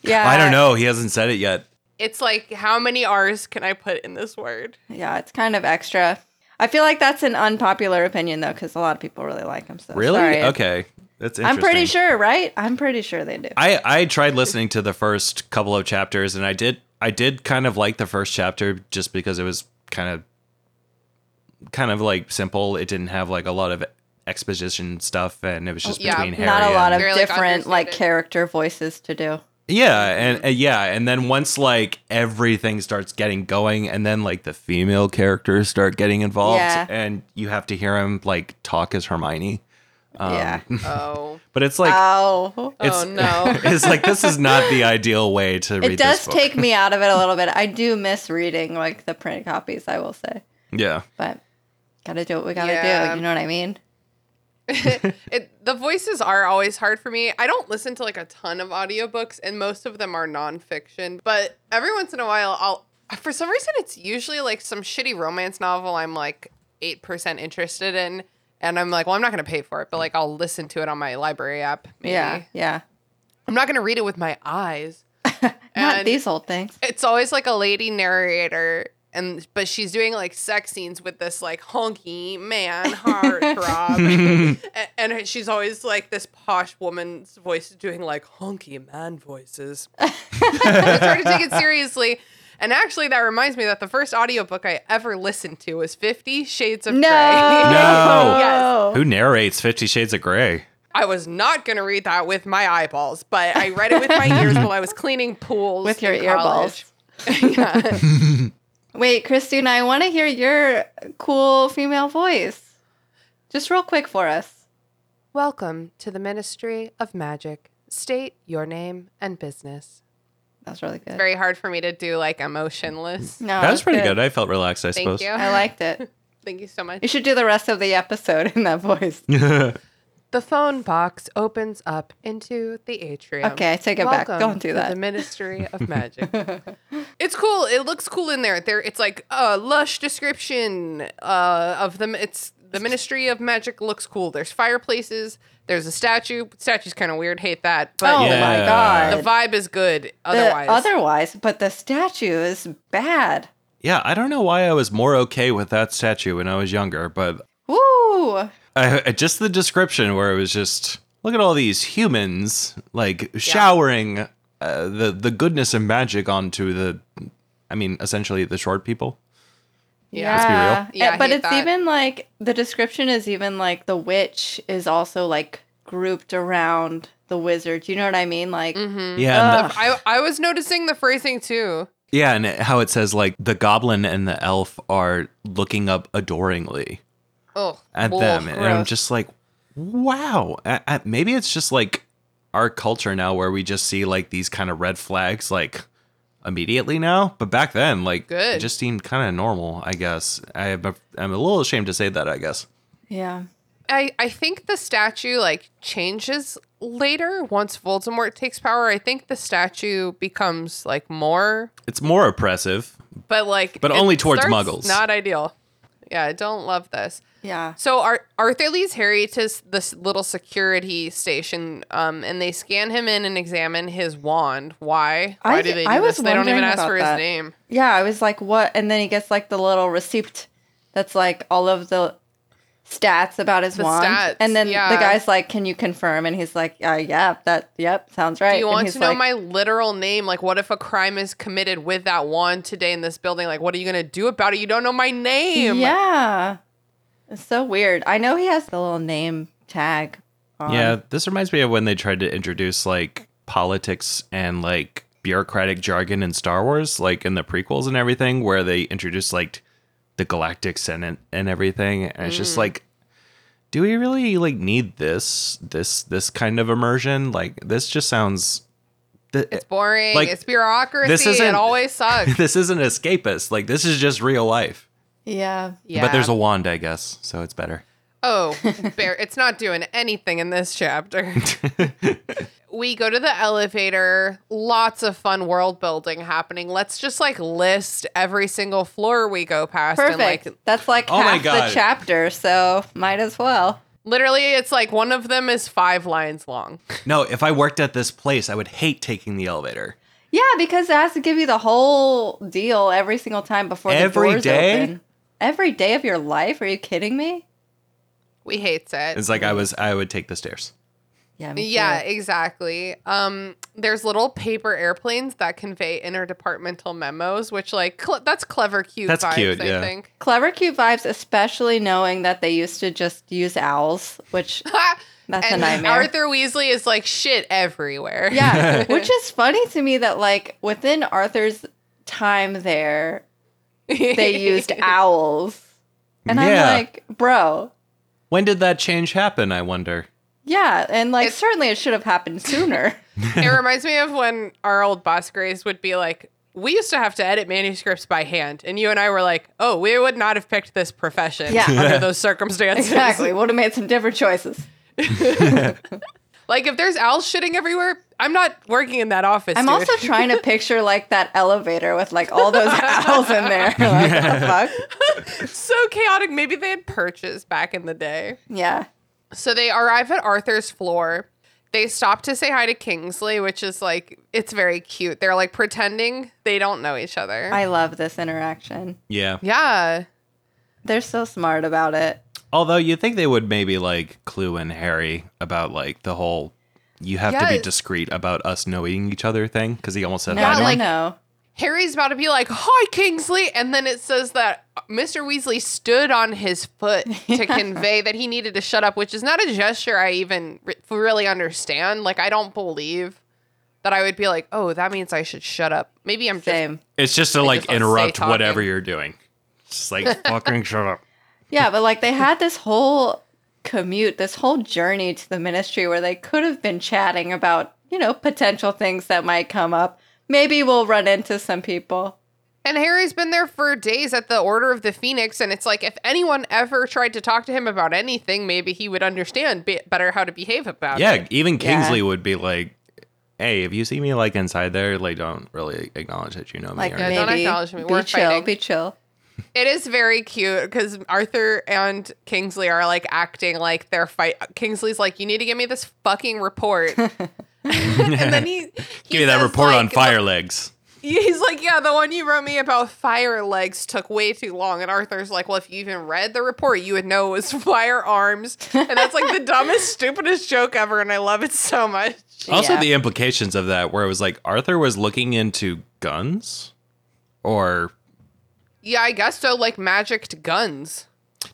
Yeah.
I don't know. He hasn't said it yet.
It's like how many R's can I put in this
<laughs>
word?
Yeah, it's kind of extra. I feel like that's an unpopular opinion though, because a lot of people really like him. So
Really?
sorry.
Okay. That's interesting.
I'm pretty sure, right? I'm pretty sure they do.
I I tried listening to the first couple of chapters and I did I did kind of like the first chapter just because it was kind of kind of like simple. It didn't have like a lot of exposition stuff and it was just
yeah,
between Harry
Not a lot
and-
of
They're, like,
different like
understated.
character voices to do.
Yeah, and uh, yeah, and then once like everything starts getting going and then like the female characters start getting involved
Yeah.
and you have to hear him like talk as Hermione. Um,
yeah.
Oh.
<laughs> But it's like
oh.
it's
oh no.
<laughs> it's like this is not the ideal way to read
It does
this book.
take me out of it a
<laughs>
little bit. I do miss reading like the print copies, I will say.
yeah
But gotta do what we gotta
Yeah.
do. You know what I mean?
it, the voices are always hard for me. I don't listen to like a ton of audiobooks, and most of them are nonfiction. But every once in a while, I'll for some reason it's usually like some shitty romance novel I'm like eight percent interested in, and I'm like, well, I'm not gonna pay for it, but like I'll listen to it on my library app. Maybe.
Yeah. Yeah.
I'm not gonna read it with my eyes.
Not
And-
these old things.
It's always like a lady narrator. And but she's doing like sex scenes with this like honky
<laughs>
man heartthrob, and, and she's always like this posh woman's voice doing like honky man
<laughs>
voices. it's hard to take it seriously. And actually, that reminds me that the first audiobook I ever listened to was Fifty Shades of
No. <laughs>
Grey.
No.
Yes.
Who narrates Fifty Shades of Grey?
I was not going to read that with my eyeballs, but I read it with
<laughs>
my ears while I was cleaning pools.
With your
in
<laughs> earballs.
college. yeah.
Wait, Christina, I want to hear your cool female voice. Just real quick for us.
Welcome to the Ministry of Magic. State your name and business.
That's really good.
Very hard for me to do like emotionless.
no,
that was
it's
pretty good. <laughs> I felt relaxed, I
Thank
suppose.
you.
I liked it.
Thank you so
You
much.
should do the rest of the episode in
<laughs>
that voice.
Oh The phone box opens up into the atrium.
Okay, I take it back.
Welcome
Don't do
to
that.
The
<laughs>
Ministry of Magic. <laughs> it's cool. It looks cool in there. There, it's like a lush description uh, of them. It's the Ministry of Magic looks cool. There's fireplaces. There's a statue. Statue's kind of weird. Hate that. But
oh my
Yeah.
god.
the vibe is good.
The-
Otherwise,
otherwise, but the statue is bad.
yeah, I don't know why I was more okay with that statue when I was younger, but
Woo!
I, I- just the description where it was just look at all these humans like showering uh, the the goodness and magic onto the, I mean, essentially the short people.
Yeah.
be real.
Yeah,
Uh, but
he
it's
thought-
even like the description is even like the witch is also like grouped
Mm-hmm.
around the wizard. You know what I mean? Like
Yeah, and the-
I I was noticing the phrasing too.
Yeah, and it- how it says like the goblin and the elf are looking up adoringly
Oh,
at
ugh,
them, and I'm
gross.
just like, wow. I, I, maybe it's just like our culture now, where we just see like these kind of red flags like immediately now. But back then, like,
Good.
it just seemed kind of normal. I guess I am a, I'm a little ashamed to say that. I guess.
Yeah.
I, I think the statue like changes later once Voldemort takes power. I think the statue becomes like more,
It's more oppressive.
but like,
But
it
only towards
starts
muggles.
Not ideal. Yeah, I don't love this.
Yeah.
So Ar- Arthur leads Harry to s- this little security station, um, and they scan him in and examine his wand. Why?
I
Why
d-
do they do
I was
this? They don't even
wondering
ask for
about
his
that.
name.
Yeah, I was like, what? And then he gets like the little receipt that's like all of the stats about his
The
wand.
stats,
and then
yeah.
the guy's like, can you confirm? And he's like, uh, yeah, that, yep, sounds right.
Do you
And
want
he's
to know
like,
my literal name? Like, what if a crime is committed with that wand today in this building? Like, what are you gonna do about it? You don't know my name.
Yeah. It's so weird. I know he has the little name tag. On.
yeah, this reminds me of when they tried to introduce like politics and like bureaucratic jargon in Star Wars, like in the prequels and everything, where they introduced like the Galactic Senate and everything. And it's just like, do we really like need this this this kind of immersion? Like this just sounds. th-
It's boring.
Like,
it's bureaucracy.
this
it
isn't-
always
<laughs>
sucks.
this isn't escapist. Like this is just real life.
Yeah.
yeah.
But there's a wand, I guess, so it's better.
<laughs>
<laughs>
Oh, bear, it's not doing anything in
<laughs>
this chapter. we go to the elevator. Lots of fun world building happening. Let's just like list every single floor we go past.
Perfect.
And like
That's like
Oh my
half the
God.
chapter, so might as well.
literally, it's like one of them is five lines long.
No, if I worked at this place, I would hate taking the elevator.
Yeah, because it has to give you the whole deal every single time before
Every
the doors
day?
open. Every day of your life? Are you kidding me?
We hates it.
It's like I was I would take the stairs.
Yeah. me
Yeah,
too.
exactly. Um, there's little paper airplanes that convey interdepartmental memos, which like cle that's clever, cute.
That's
vibes,
cute,
I
yeah.
think. <laughs>
Clever cute vibes, especially knowing that they used to just use owls, which that's a
and
nightmare.
Arthur Weasley is like shit everywhere.
<laughs>
yeah, which is funny to me that like within Arthur's time there, they
<laughs>
<laughs>
used owls. And
Yeah.
I'm like, bro,
When did that change happen, I wonder?
yeah, and like
It's-
certainly it should have happened sooner.
it reminds me of when our old boss Grace would be like, we used to have to edit manuscripts by hand, and you and I were like, "Oh, we would not have picked this profession
Yeah.
<laughs>
<laughs> under those circumstances."
<laughs> exactly. Would have made some different choices.
Like if there's owls shitting everywhere, I'm not working in that office.
I'm
dude.
also trying to picture like that elevator with like
<laughs>
all those owls in there. <laughs> Like, what the fuck?
so chaotic. Maybe they had perches back in the day.
Yeah.
So they arrive at Arthur's floor. They stop to say hi to Kingsley, which is like it's very cute. They're like pretending they don't know each other.
I love this interaction.
Yeah.
yeah.
They're so smart about it.
Although you think they would maybe like clue in Harry about like the whole you have to be
Yes.
discreet about us knowing each other thing because he almost said
No,
that.
no,
like-
no.
Harry's about to be like, "Hi, Kingsley," and then it says that Mr. Weasley stood on his foot to convey that he needed to shut up, which is not a gesture I even re- really understand. Like, I don't believe that I would be like, "Oh, that means I should shut up." Maybe I'm just
Same.
It's just to like
just wanna stay
interrupt whatever
talking.
you're doing. Just like <laughs> fucking shut up.
Yeah, but like they had this whole commute, this whole journey to the ministry where they could have been chatting about, you know, potential things that might come up. Maybe we'll run into some people.
And Harry's been there for days at the Order of the Phoenix, and it's like if anyone ever tried to talk to him about anything, maybe he would understand be- better how to behave about it.
Yeah, even Kingsley would be like, "Hey, if you see me like inside there, like don't really acknowledge that you know me."
Like
or
Yeah,
anything."
don't
maybe
acknowledge me.
be
We're
chill,
fighting.
be chill.
It is very cute because Arthur and Kingsley are like acting like they're fight. Kingsley's like, "You need to give me this fucking
<laughs>
report," <laughs> and then he, he
Give me that
says,
report on <laughs>
like,
fire legs.
He's like, "Yeah, the one you wrote me about fire legs took way too long." And Arthur's like, "Well, if you even read the report, you would know it was <laughs> firearms." And that's like <laughs> the dumbest, stupidest joke ever, and I love it so much.
Also,
Yeah.
the implications of that, where it was like Arthur was looking into guns, or
Yeah, I guess so. Like magicked guns.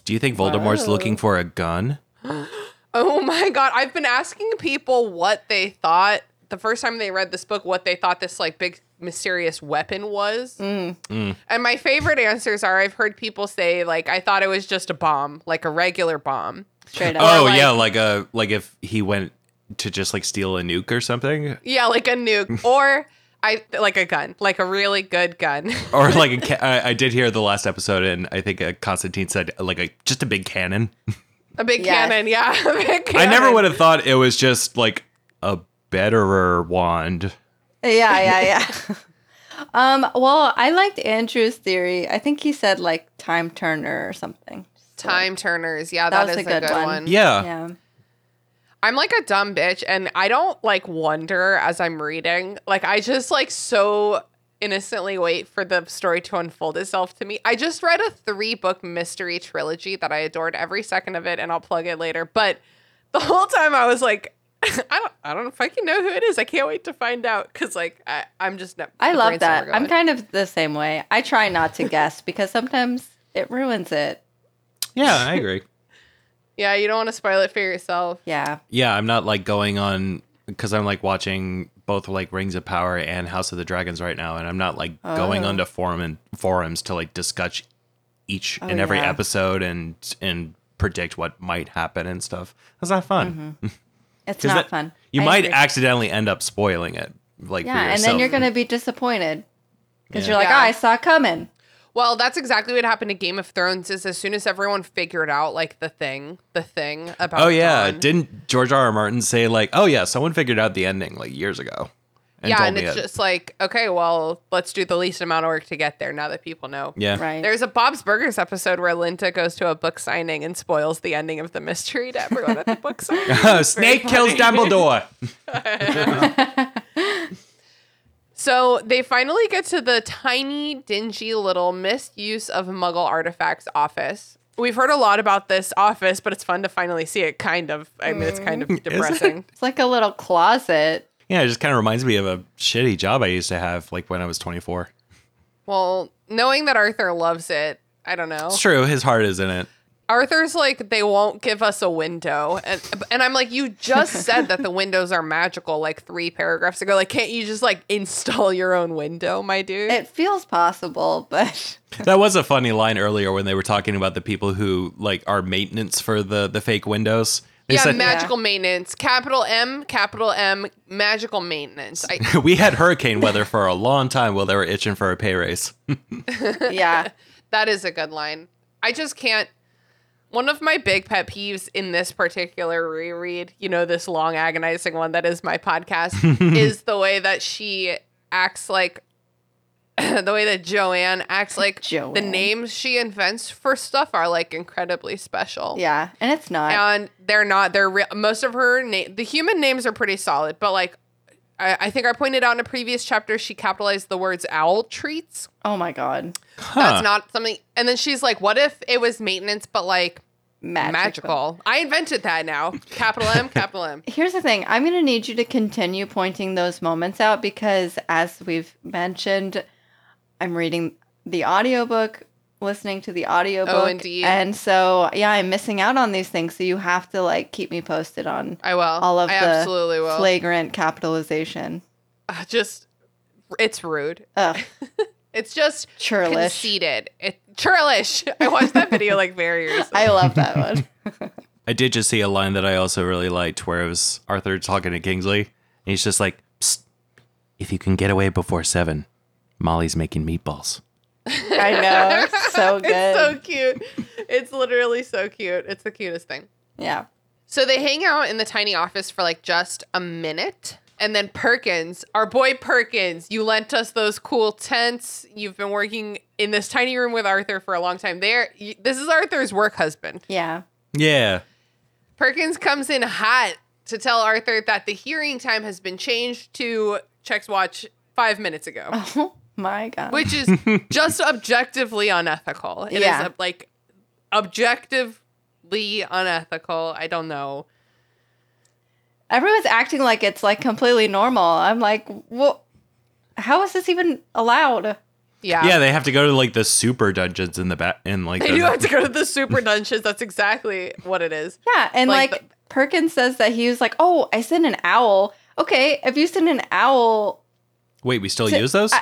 do you think Voldemort's looking for a gun?
Oh my god, I've been asking people what they thought the first time they read this book, what they thought this like big mysterious weapon was.
Mm.
And my favorite answers are I've heard people say, like, I thought it was just a bomb, like a regular bomb.
Straight up.
Oh
like-
yeah, like a like if he went to just like steal a nuke or something, <laughs>
Yeah, like a nuke. or I like a gun, like a really good gun. <laughs>
or like a ca- I, I did hear the last episode, and I think uh, Constantine said like a just a big cannon.
a big
Yes.
cannon, yeah. <laughs> A big
I
cannon.
never would have thought it was just like a betterer wand.
Yeah, yeah, yeah. um, well, I liked Andrew's theory. I think he said like time turner or something. So,
Time turners, yeah,
That
that
was
is
a good one.
one.
Yeah,
Yeah.
I'm like a dumb bitch and I don't like wonder as I'm reading. Like I just like so innocently wait for the story to unfold itself to me. I just read a three book mystery trilogy that I adored every second of it and I'll plug it later. But the whole time I was like <laughs> I don't I don't fucking know who it is. I can't wait to find out cuz like I I'm just not
I
the
love
brain's never
that. I'm
going.
kind of the same way. I try not to guess because sometimes it ruins it.
yeah, I agree.
Yeah, you don't want to spoil it for yourself.
Yeah.
Yeah, I'm not like going on because I'm like watching both like Rings of Power and House of the Dragons right now, and I'm not like going
Oh.
onto forum and forums to like discuss each
Oh,
and every
yeah.
episode and and predict what might happen and stuff. That's not fun.
Mm-hmm. It's
'Cause
not
that-
fun.
You
I
might
agree.
accidentally end up spoiling it, like for
Yeah,
yourself.
and then you're gonna be disappointed. Because
Yeah.
you're like,
Yeah.
oh, I saw it coming.
Well, that's exactly what happened to Game of Thrones. Is as soon as everyone figured out like the thing, the thing about
Oh yeah,
Jon.
didn't George R. R. Martin say like, "Oh yeah, someone figured out the ending like years ago," and
yeah,
told
and
me
it's
it.
just like okay, well, let's do the least amount of work to get there now that people know.
yeah,
Right.
There's a Bob's Burgers episode where Linda goes to a book signing and spoils the ending of the mystery to everyone at
<laughs>
the book
<laughs>
signing.
Snake kills
<laughs>
Dumbledore.
So they finally get to the tiny, dingy little misuse of Muggle artifacts office. We've heard a lot about this office, but it's fun to finally see it. Kind of. I mean, it's kind
Mm. <laughs>
of depressing.
It's like a little closet.
yeah, it just kind of reminds me of a shitty job I used to have like when I was 24.
Well, knowing that Arthur loves it, I don't know.
It's true, his heart is in it.
Arthur's like they won't give us a window, and and I'm like, you just said that the windows are magical like three paragraphs ago. Like, can't you just like install your own window, my dude?
It feels possible, <laughs> but
<laughs> That was a funny line earlier when they were talking about the people who like are maintenance for the the fake windows. They
yeah,
said
magical maintenance, capital M, capital M, magical maintenance.
<laughs>
I,
<laughs> we had hurricane weather for a long time while they were itching for a pay raise.
yeah.
That is a good line. I just can't. One of my big pet peeves in this particular reread, you know, this long agonizing one that is
<laughs>
my podcast, is the way that she acts like, <clears throat> the way that Joanne acts like the
Joanne.
names she invents for stuff are like incredibly special.
Yeah. And it's not.
And they're not, they're real. Most of her name, the human names are pretty solid, but like, I, I think I pointed out in a previous chapter, she capitalized the words owl treats,
Oh my god.
Huh.
that's not something. And then she's like, "What if it was maintenance, but like
Magical.
magical? I invented that now. Capital
<laughs>
M, capital M.
Here's the thing. I'm going to need you to continue pointing those moments out because as we've mentioned, I'm reading the audiobook, listening to the audiobook.
Oh, indeed.
And so, yeah, I'm missing out on these things, so you have to like keep me posted on
I will.
all of
I
the
absolutely will.
flagrant capitalization.
Uh, <sighs> Just, it's rude. <laughs>
Ugh,
It's just
churlish.
conceited. It churlish. <laughs> I watched that video like
<laughs>
very recently.
I love that
<laughs>
one.
I did just see a line that I also really liked where it was Arthur talking to Kingsley, and he's just like, Psst, "If you can get away before seven, Molly's making meatballs."
I know. So good.
It's so cute. It's literally so cute. It's the cutest thing.
yeah.
So they hang out in the tiny office for like just a minute. And then Perkins, our boy Perkins, you lent us those cool tents. You've been working in this tiny room with Arthur for a long time. There, y- this is Arthur's work husband.
Yeah. <laughs>
Yeah,
Perkins comes in hot to tell Arthur that the hearing time has been changed to checks watch five minutes ago,
Oh my god.
which is just objectively unethical. It is
Yeah.
uh, like objectively unethical. I don't know.
Everyone's acting like it's like completely normal. I'm like, well, how is this even allowed?
yeah, they have to go to like the super dungeons in the back, in
<laughs>
like
They
the-
do have to go to the super dungeons. That's exactly what it is.
Yeah, and
Like
like, Perkins says that he was like, "Oh, I sent an owl." <laughs> Okay, if you send an owl
Wait, we still
So,
use those?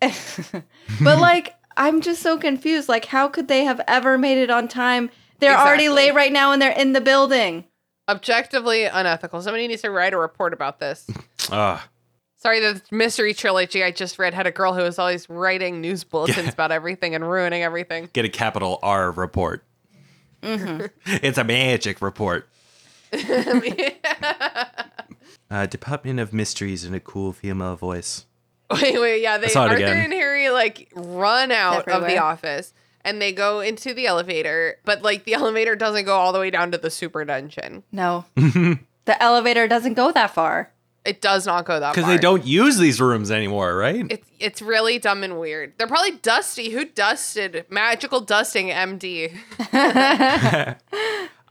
I- But like, I'm just so confused. Like, how could they have ever made it on time? They're already
Exactly.
late right now, and they're in the building.
Objectively unethical. Somebody needs to write a report about this.
Ugh.
Sorry, the mystery trilogy I just read had a girl who was always writing news bulletins
Yeah.
about everything and ruining everything. <laughs>
get a capital R report.
Mm-hmm.
<laughs> it's a magic report. Uh, Department of Mysteries in a cool female voice.
<laughs> Wait, wait, yeah. They
saw it
Arthur
again.
and Harry like run out of the
everywhere.
office and they go into the elevator, but like the elevator doesn't go all the way down to the super dungeon.
No, <laughs> the elevator doesn't go that far.
It does not go that far.
Because they don't use these rooms anymore, right?
It's it's really dumb and weird. They're probably dusty. Who dusted magical dusting MD?
I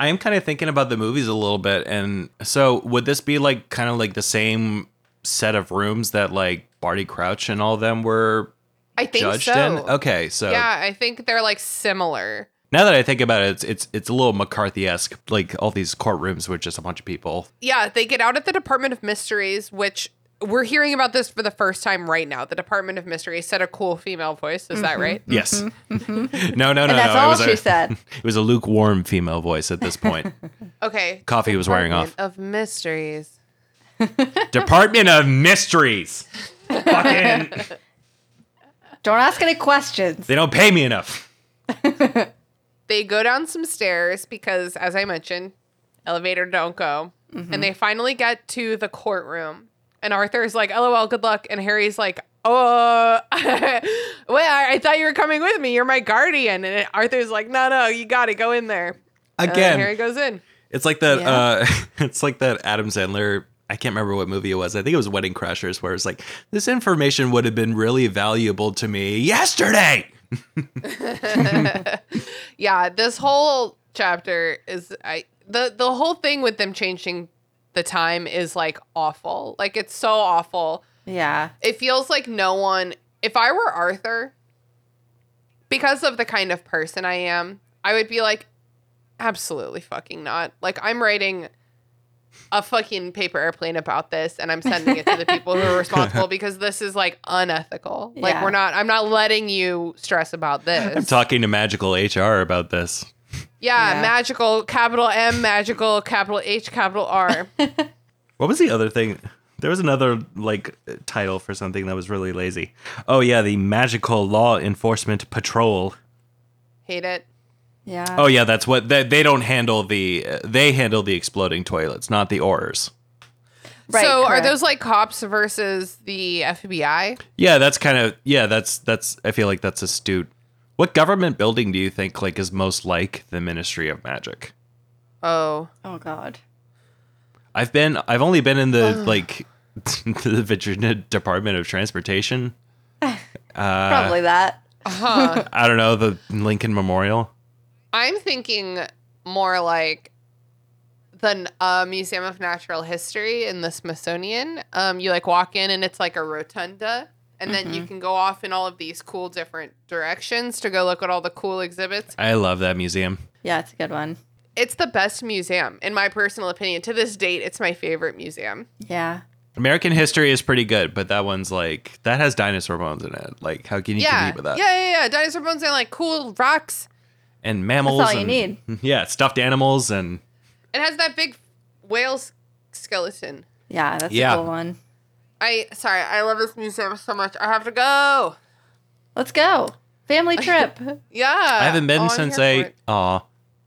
am kind of thinking about the movies a little bit. And so, would this be like kind of like the same set of rooms that like Barty Crouch and all of them were
<laughs> I think
judged
so.
in? Okay, so
Yeah, I think they're like similar.
now that I think about it, it's it's, it's a little McCarthy esque. Like all these courtrooms with just a bunch of people.
Yeah, they get out at the Department of Mysteries, which we're hearing about this for the first time right now. The Department of Mysteries said a cool female voice. Is that right?
Yes. no, no, no,
And that's
no.
all
it was
she
a,
said.
<laughs> It was a lukewarm female voice at this <laughs> point.
Okay.
Coffee was wearing off.
Department Of Mysteries.
Department of Mysteries. Fucking,
Don't ask any questions.
they don't pay me enough.
They go down some stairs because, as I mentioned, elevator don't go.
Mm-hmm.
And they finally get to the courtroom. And Arthur's like, LOL, good luck. And Harry's like, Oh, <laughs> wait, I, I thought you were coming with me. You're my guardian. And Arthur's like, No, no, you got to go in there. And
Again,
Harry goes in.
it's like that. Uh, <laughs> it's like that Adam Sandler. I can't remember what movie it was. I think it was Wedding Crashers, where it's like this information would have been really valuable to me yesterday.
Yeah, this whole chapter is I the the whole thing with them changing the time is like awful. Like it's so awful.
Yeah.
It feels like no one if I were Arthur because of the kind of person I am, I would be like absolutely fucking not. Like I'm writing a fucking paper airplane about this and I'm sending it to the people who are responsible because this is like unethical. Like
Yeah.
we're not I'm not letting you stress about this.
<laughs>
I'm talking to magical HR about this.
Yeah,
Yeah.
magical, capital M, magical, capital H, capital
<laughs>
R.
What was the other thing? There was another like title for something that was really lazy. Oh yeah, the magical law enforcement patrol.
Hate it.
Yeah.
Oh yeah, that's what they, they don't handle the uh, they handle the exploding toilets, not the orders.
Right,
so
correct.
are those like cops versus the FBI?
Yeah, that's kind of yeah, that's that's I feel like that's astute. What government building do you think like is most like the Ministry of Magic?
Oh.
Oh God.
I've been I've only been in the like <laughs> the Virginia Department of Transportation. Uh,
Probably that.
Huh.
I don't know, the Lincoln Memorial.
I'm thinking more like the uh, Museum of Natural History in the Smithsonian. Um, you like walk in and it's like a rotunda, and then
Mm-hmm.
you can go off in all of these cool different directions to go look at all the cool exhibits.
I love that museum.
Yeah, it's a good one.
It's the best museum, in my personal opinion. To this date, it's my favorite museum.
Yeah.
American history is pretty good, but that one's like that has dinosaur bones in it. Like how can you
yeah.
compete with that?
Yeah, yeah, yeah. Dinosaur bones and like cool rocks.
And mammals
That's all you
and-
need.
<laughs> Yeah, stuffed animals and
It has that big whale s- skeleton.
Yeah, that's
Yeah.
a cool one.
I sorry, I love this museum so much. I have to go.
Let's go.
<laughs>
Family trip.
Yeah.
Uh,
I haven't been
Oh, I'm
since
here
I
for it.
aw.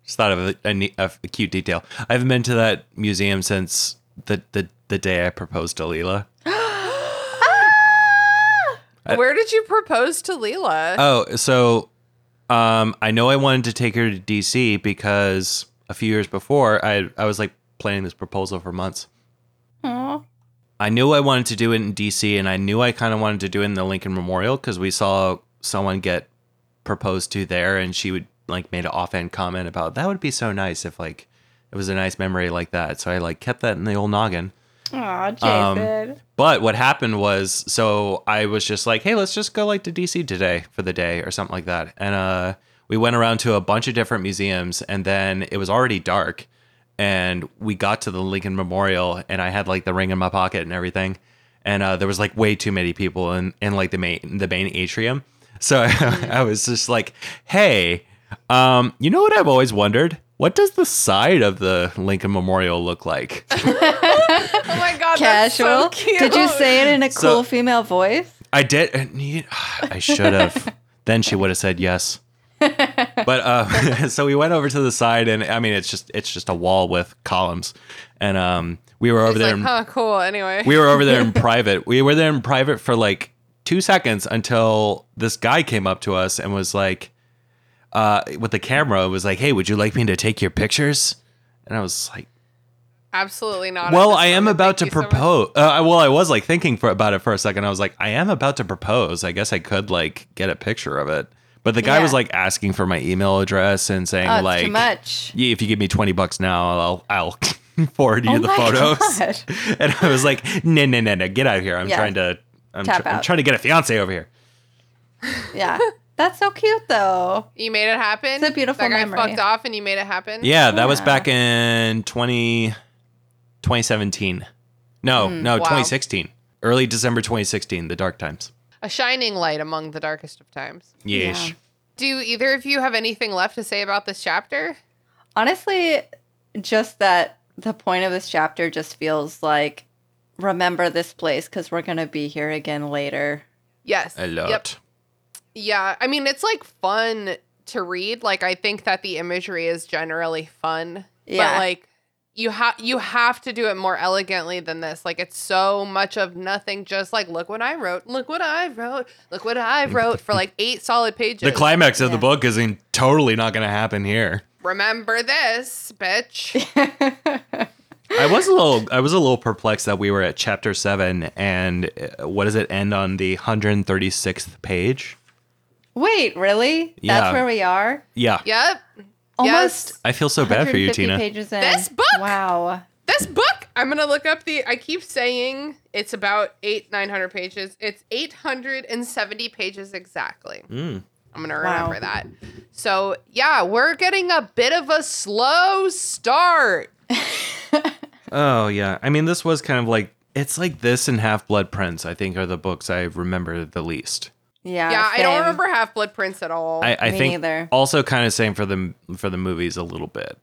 Just thought of a, a, neat- a cute detail. I haven't been to that museum since the the, the day I proposed to Leela.
Ah!
Where did you propose to Leela?
Oh, so um, I know I wanted to take her to DC because a few years before I I was like planning this proposal for months.
Aw.
I knew I wanted to do it in DC, and I knew I kind of wanted to do it in the Lincoln Memorial because we saw someone get proposed to there, and she would like made an offhand comment about that would be so nice if like it was a nice memory like that. So I like kept that in the old noggin.
Aw,
Um,
Jason.
But what happened was, so I was just like, hey, let's just go like to DC today for the day or something like that. And uh, we went around to a bunch of different museums, and then it was already dark. And we got to the Lincoln Memorial, and I had like the ring in my pocket and everything. and uh, there was like way too many people in, in like the main the main atrium. <laughs> So I, I was just like, hey, um, you know what I've always wondered? What does the side of the Lincoln Memorial look like?
Oh my god,
Casual.
That's so cute.
Did you say it in a
So-
cool female voice?
I did. and you- <sighs> I should have. then she would have said yes. But uh, <laughs> so we went over to the side, and I mean, it's just it's just a wall with columns, and um, we were over
It's
there.
like,
in-
huh, cool. Anyway,
we were over there
<laughs>
in private. We were there in private for like two seconds until this guy came up to us and was like, uh, with the camera, was like, "Hey, would you like me to take your pictures?" And I was like,
absolutely not. at
well,
this
I am
moment.
about to
Thank you so much.
propose. Uh, I- well, I was like thinking for about it for a second. I was like, I am about to propose. I guess I could like get a picture of it. But the guy
Yeah.
was like asking for my email address and saying
Oh, it's
like,
too much.
"Yeah, if you give me twenty bucks now, I'll I'll <laughs> forward you
Oh
the
my
photos."
God.
<laughs> And I was like, "No, no, no, no, get out of here! I'm
Yeah.
trying to I'm,
Tap
tr- I'm
out.
trying to get a fiance over here."
Yeah. <laughs> That's so cute though.
You made it happen.
It's a beautiful
that guy
memory.
fucked off, and you made it happen.
Yeah, that was
Yeah.
back in 20, 2017. No,
Hmm,
no,
wow.
2016. Early December 2016, the dark times.
a shining light among the darkest of times.
Yeesh.
Do either of you have anything left to say about this chapter?
Honestly, just that the point of this chapter just feels like remember this place because we're gonna be here again later.
Yes.
A lot.
Yep. Yeah. I mean, it's like fun to read. Like, I think that the imagery is generally fun.
Yeah.
But like, you have you have to do it more elegantly than this. Like, it's so much of nothing. Just like, look what I wrote. Look what I wrote. Look what I wrote for like eight solid pages.
The climax of the
Yeah.
book is in, totally not going to happen here.
Remember this,
<laughs>
bitch.
I was a little, I was a little perplexed that we were at chapter seven, and uh, what does it end on the hundred thirty sixth page?
Wait, really?
Yeah.
That's where we are?
Yeah,
yep.
Almost
Yes.
I feel so bad for you,
150
Tina.
Pages in.
This book?
Wow.
This book, I'm gonna look up the. I keep saying it's about eight, nine hundred pages. It's eight hundred and seventy pages exactly.
Mm.
I'm gonna
Wow.
remember that. So yeah, we're getting a bit of a slow start.
Oh yeah, I mean this was kind of like it's like this and Half Blood Prince. I think are the books I remember the least.
Yeah.
yeah, I don't
same.
remember Half Blood Prince at all.
I, I
Oh, Me
think
neither.
also kind of same for the for the movies a little bit.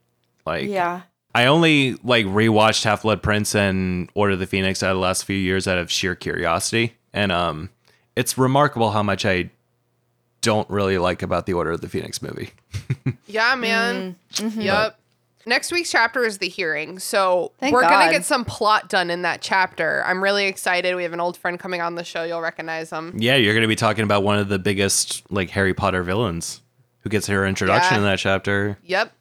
Like
Yeah.
I only like rewatched Half Blood Prince and Order of the Phoenix out of the last few years out of sheer curiosity, and um, it's remarkable how much I don't really like about the Order of the Phoenix movie.
yeah,
Mm,
man.
mm-hmm.
Yep. Next week's chapter is the hearing. So
Thank
we're going
God.
to get some plot done in that chapter. I'm really excited. We have an old friend coming on the show. You'll recognize him.
Yeah, you're gonna be talking about one of the biggest like Harry Potter villains who gets her introduction
Yeah.
in that chapter.
Yep.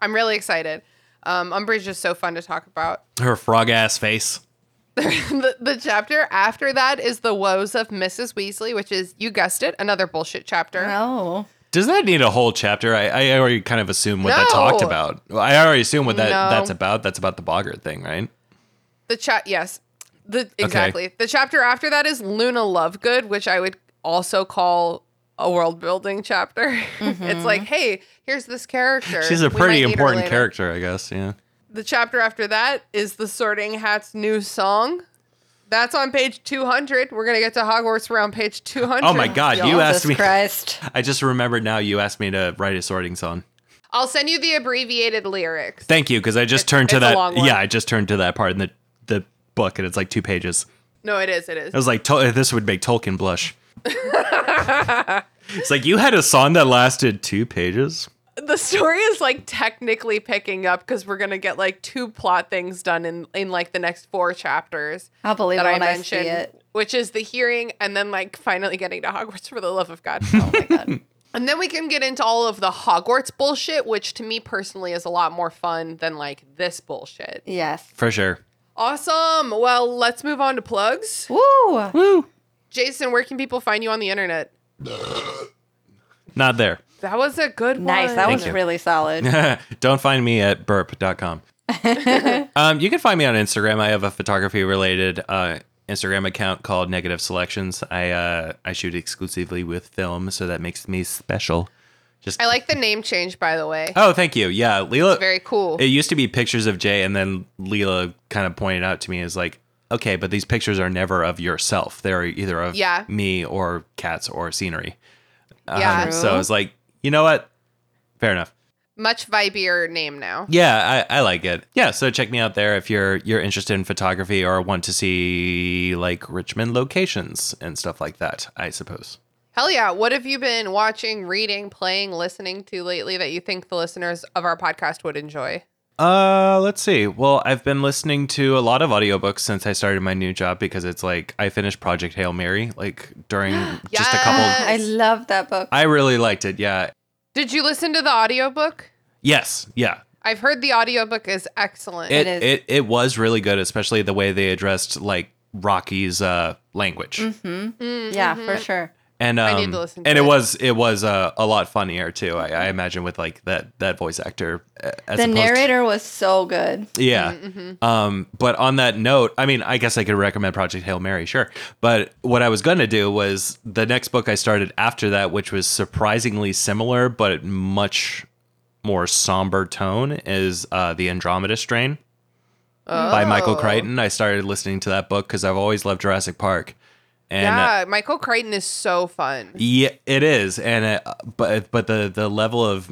I'm really excited. Um, Umbridge is so fun to talk about. <laughs>
Her frog ass face.
the, the chapter after that is the woes of Mrs. Weasley, which is you guessed it, another bullshit chapter. Oh.
No.
Does that need a whole chapter? I, I already kind of assume what that
No.
talked about. I already assume what that
No.
that's about. That's about the Boggart thing, right?
The chat, yes, the exactly. The chapter after that is Luna Lovegood, which I would also call a world building chapter. <laughs> it's like, hey, here's this character.
She's a
We
pretty
might need her
important
later.
character, I guess. Yeah.
The chapter after that is the Sorting Hat's new song. That's on page 200. We're going to get to Hogwarts around page 200.
Oh my God, you asked
Jesus
me.
Christ.
I just remembered now you asked me to write a sorting song.
I'll send you the abbreviated lyrics.
Thank you, because I just turned to
it's a
that.
long one.
Yeah, I just turned to that part in the the book, and it's like two pages.
no, it is. It is.
I was like, Tol- this would make Tolkien
<laughs>
blush. it's like you had a song that lasted two pages.
the story is like technically picking up because we're gonna get like two plot things done in in like the next four chapters
I'll believe
that
it
I
when I see
mentioned,
it.
which is the hearing and then like finally getting to Hogwarts for the love
<laughs>
of God.
Oh my god.
<laughs> and then we can get into all of the Hogwarts bullshit, which to me personally is a lot more fun than like this bullshit.
Yes.
For sure.
Awesome. Well, let's move on to plugs.
Woo.
Jason, where can people find you on the internet?
Not there. <laughs>
That was a good
Nice.
one.
That
Thank
was
you.
really solid.
Don't find me at
<laughs>
burp.com. um, you can find me on Instagram. I have a photography related uh, Instagram account called Negative Selections. I uh, I shoot exclusively with film, so that makes me special. Just
I like the name change, by the way.
oh, thank you. Yeah, Leela.
Very cool.
It used to be pictures of Jay, and then Leela kind of pointed out to me as like, okay, but these pictures are never of yourself. They're either of
Yeah.
me or cats or scenery.
Yeah.
Um, so it's like, you know what? Fair enough.
Much vibier name now.
Yeah, I, I like it. Yeah, so check me out there if you're you're interested in photography or want to see like Richmond locations and stuff like that. I suppose.
Hell yeah. What have you been watching, reading, playing, listening to lately that you think the listeners of our podcast would enjoy?
Uh, let's see. Well, I've been listening to a lot of audiobooks since I started my new job because it's like I finished Project Hail Mary like
<gasps>
during just a
Yes.
couple.
Uh, I love that book.
I really liked it. Yeah.
Did you listen to the audiobook?
Yes. Yeah.
I've heard the audiobook is excellent.
It
is.
it, it was really good, especially the way they addressed like Rocky's uh language.
yeah, for sure.
and um,
Mm-hmm. need to listen to
and it,
it. Mm-hmm.
was it was uh, a lot funnier too. I, I imagine with like that that voice actor. uh, As
The
opposed to-
narrator was so good.
yeah. Um, but on that note, I mean, I guess I could recommend Project Hail Mary, sure. But what I was going to do was the next book I started after that, which was surprisingly similar but much more somber tone, is uh, The Andromeda Strain by Michael
Oh.
Crichton. I started listening to that book because I've always loved Jurassic Park. And uh,
yeah, Michael Crichton is so fun.
yeah, it is, and uh but but the the level of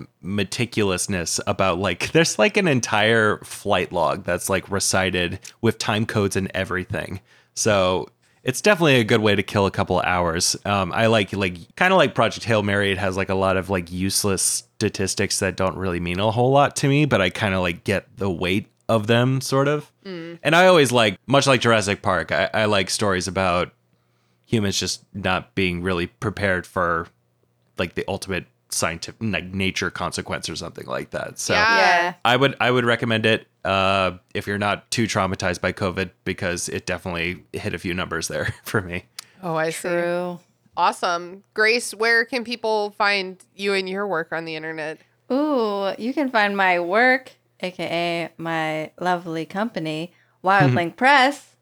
meticulousness about like <laughs> there's like an entire flight log that's like recited with time codes and everything. So it's definitely a good way to kill a couple of hours. Um, I like like kind of like Project Hail Mary. It has like a lot of like useless statistics that don't really mean a whole lot to me, but I kind of like get the weight of them sort of. And I always like much like Jurassic Park. I, I like stories about humans just not being really prepared for like the ultimate scientific like nature consequence or something like that. So
Yeah.
Yeah.
I would I would recommend it uh, if you're not too traumatized by COVID because it definitely hit a few numbers there <laughs> for me.
Oh, I see.
True.
Awesome. Grace, where can people find you and your work on the internet?
Ooh, you can find my work, aka my lovely company,
Mm-hmm.
Wildling Press,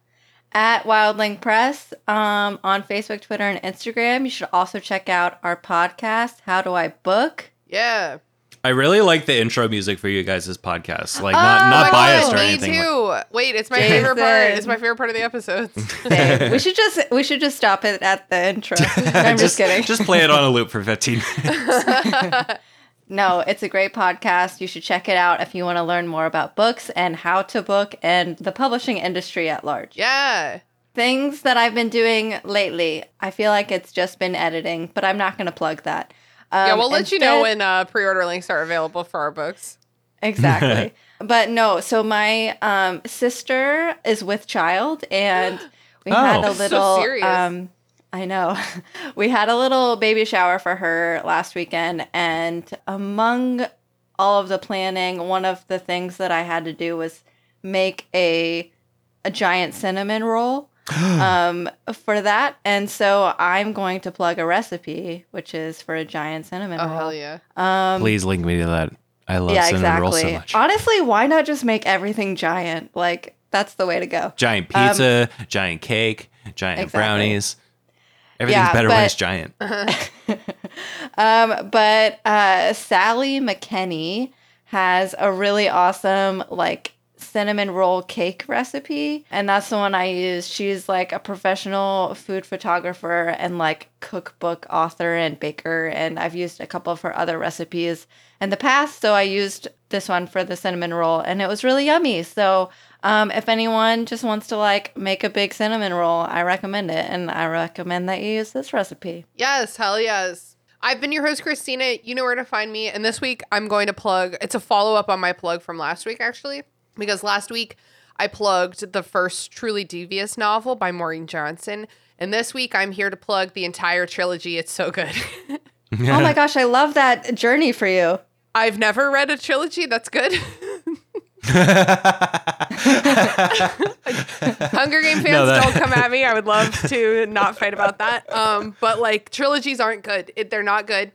at Wildling Press um, on Facebook, Twitter, and Instagram. You should also check out our podcast, How Do I
<laughs>
Book?
Yeah.
I really like the intro music for you guys' podcast. Like
Oh,
not not
my
biased
God,
or
me
anything.
too. Wait, it's my favorite part.
Jason.
It's my favorite part of the <laughs> episodes.
Hey, we should just we should just stop it at the
<laughs>
intro. No, I'm just, kidding.
Just play it on a loop for
<laughs>
15 minutes.
No, it's a great podcast. You should check it out if you want to learn more about books and how to book and the publishing industry at large.
yeah.
Things that I've been doing lately, I feel like it's just been editing, but I'm not going to plug that. Um,
yeah, we'll let you know
instead-
when uh, pre-order links are available for our books.
Exactly.
<laughs>
but no, so my um, sister is with child,
<gasps>
and we had
Oh.
a
So
little.
serious.
um, I know. <laughs> we had a little baby shower for her last weekend, and among all of the planning, one of the things that I had to do was make a a giant
<gasps>
cinnamon roll um, for that. And so I'm going to plug a recipe, which is for a giant cinnamon
Oh
roll.
hell yeah!
Please link me to that. I love
Um, yeah,
cinnamon rolls so
exactly.
much.
Honestly, why not just make everything giant? Like that's the way to go.
giant pizza, giant cake, giant
um, Exactly.
brownies. Everything's
Yeah,
better when it's
but-
giant.
<laughs> Um, but uh, Sally McKenney has a really awesome like cinnamon roll cake recipe, and that's the one I use. She's like a professional food photographer and like cookbook author and baker, and I've used a couple of her other recipes in the past, so I used this one for the cinnamon roll, and it was really yummy. So. Um, if anyone just wants to like make a big cinnamon roll, I recommend it, and I recommend that you use this recipe.
Yes, hell yes. I've been your host, Christina. You know where to find me. And this week, I'm going to plug. It's a follow up on my plug from last week, actually, because last week I plugged the first truly devious novel by Maureen Johnson, and this week I'm here to plug the entire trilogy. It's so good. <laughs>
oh
<laughs>
my gosh, I love that journey for you.
I've never read a trilogy. That's good. <laughs> Hunger Game fans
that-
don't come at me. I would love to not fight about that. Um, but like trilogies aren't good. It, they're not good.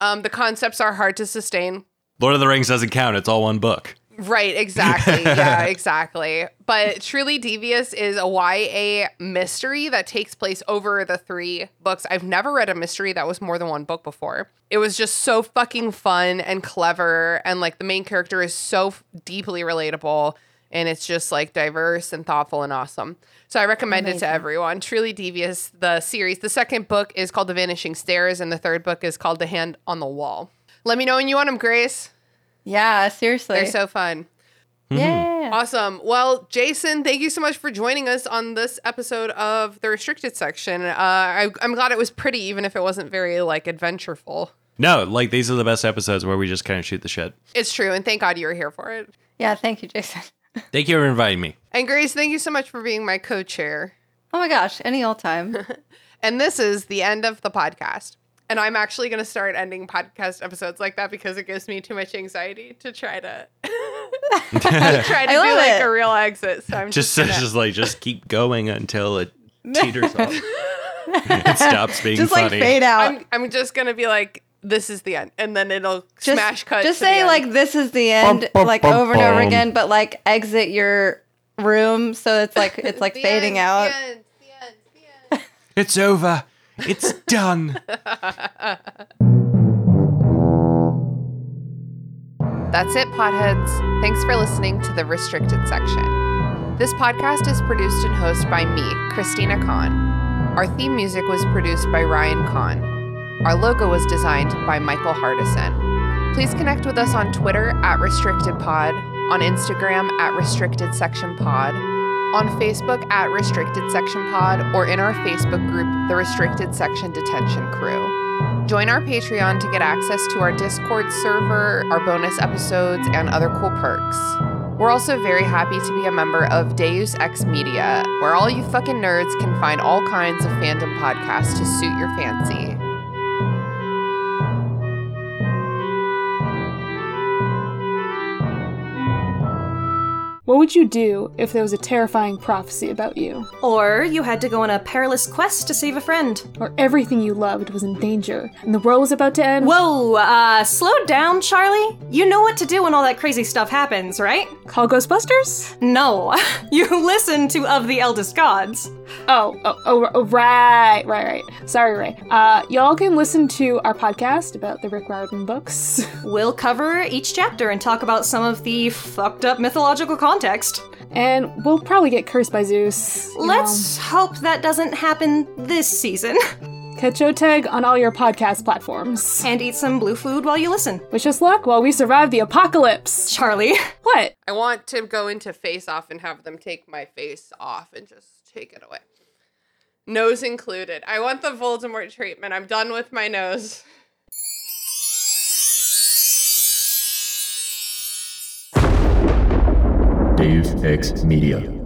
Um, the concepts are hard to sustain.
Lord of the Rings doesn't count. It's all one book.
Right, exactly. Yeah, exactly. But Truly Devious is a YA mystery that takes place over the three books. I've never read a mystery that was more than one book before. It was just so fucking fun and clever. And like the main character is so f- deeply relatable. and it's just like diverse and thoughtful and awesome. So I recommend it
Amazing.
to everyone. Truly Devious, the series. The second book is called The Vanishing Stairs, and the third book is called The Hand on the Wall. Let me know when you want them, Grace.
Yeah, seriously.
They're so fun.
Mm-hmm.
yeah.
Awesome. Well, Jason, thank you so much for joining us on this episode of the restricted section. Uh, I, I'm glad it was pretty, even if it wasn't very like adventureful.
No, like these are the best episodes where we just kind of shoot the shit.
It's true, and thank God you were here for it.
Yeah, thank you, Jason.
Thank you for inviting
<laughs>
me.
And Grace, thank you so much for being my co-chair.
Oh my gosh, any old time.
And this is the end of the podcast. And I'm actually going to start ending podcast episodes like that because it gives me too much anxiety to try to <laughs>
<laughs>
try to
I
do
love
like
it.
a real exit. So I'm
Just
just,
just like just keep going until
<laughs>
it teeters off. it stops being
just like
funny.
fade out.
I'm I'm just going to be like this is the end and then it'll
just,
smash cut.
Just
to the
say
end.
like this is the end,
Bum, bum,
like
bum,
over and over
bum.
again, but like exit your room so it's like it's
<laughs>
like
The
fading
end,
out.
the end, the end, the end.
It's over. It's done.
That's it, potheads. Thanks for listening to the restricted section. This podcast is produced and hosted by me, Christina Kahn. Our theme music was produced by Ryan Kahn. Our logo was designed by Michael Hardison. Please connect with us on Twitter at Restricted Pod, on Instagram at Restricted Section Pod, on Facebook at Restricted Section Pod, or in our Facebook group, The Restricted Section Detention Crew. Join our Patreon to get access to our Discord server, our bonus episodes, and other cool perks. We're also very happy to be a member of Deus Ex Media, where all you fucking nerds can find all kinds of fandom podcasts to suit your fancy.
What would you do if there was a terrifying prophecy about you?
Or you had to go on a perilous quest to save a friend.
Or everything you loved was in danger and the world was about to end?
Whoa, uh, slow down, Charlie. You know what to do when all that crazy stuff happens, right?
Call Ghostbusters?
No. <laughs> you listen to Of the Eldest Gods.
Oh, oh, oh, oh, right, right, right. Sorry, Ray. Uh, y'all can listen to our podcast about the Rick Riordan books. <laughs>
We'll cover each chapter and talk about some of the fucked up mythological context.
and we'll probably get cursed by Zeus. you
Let's hope that doesn't happen this season. <laughs>
know. Catch Oteg on all your podcast platforms.
and eat some blue food while you listen.
Wish us luck while we survive the apocalypse.
Charlie.
What?
I want to go into face off and have them take my face off and just take it away. Nose included. I want the Voldemort treatment. I'm done with my nose. <laughs>
Deus Ex Media.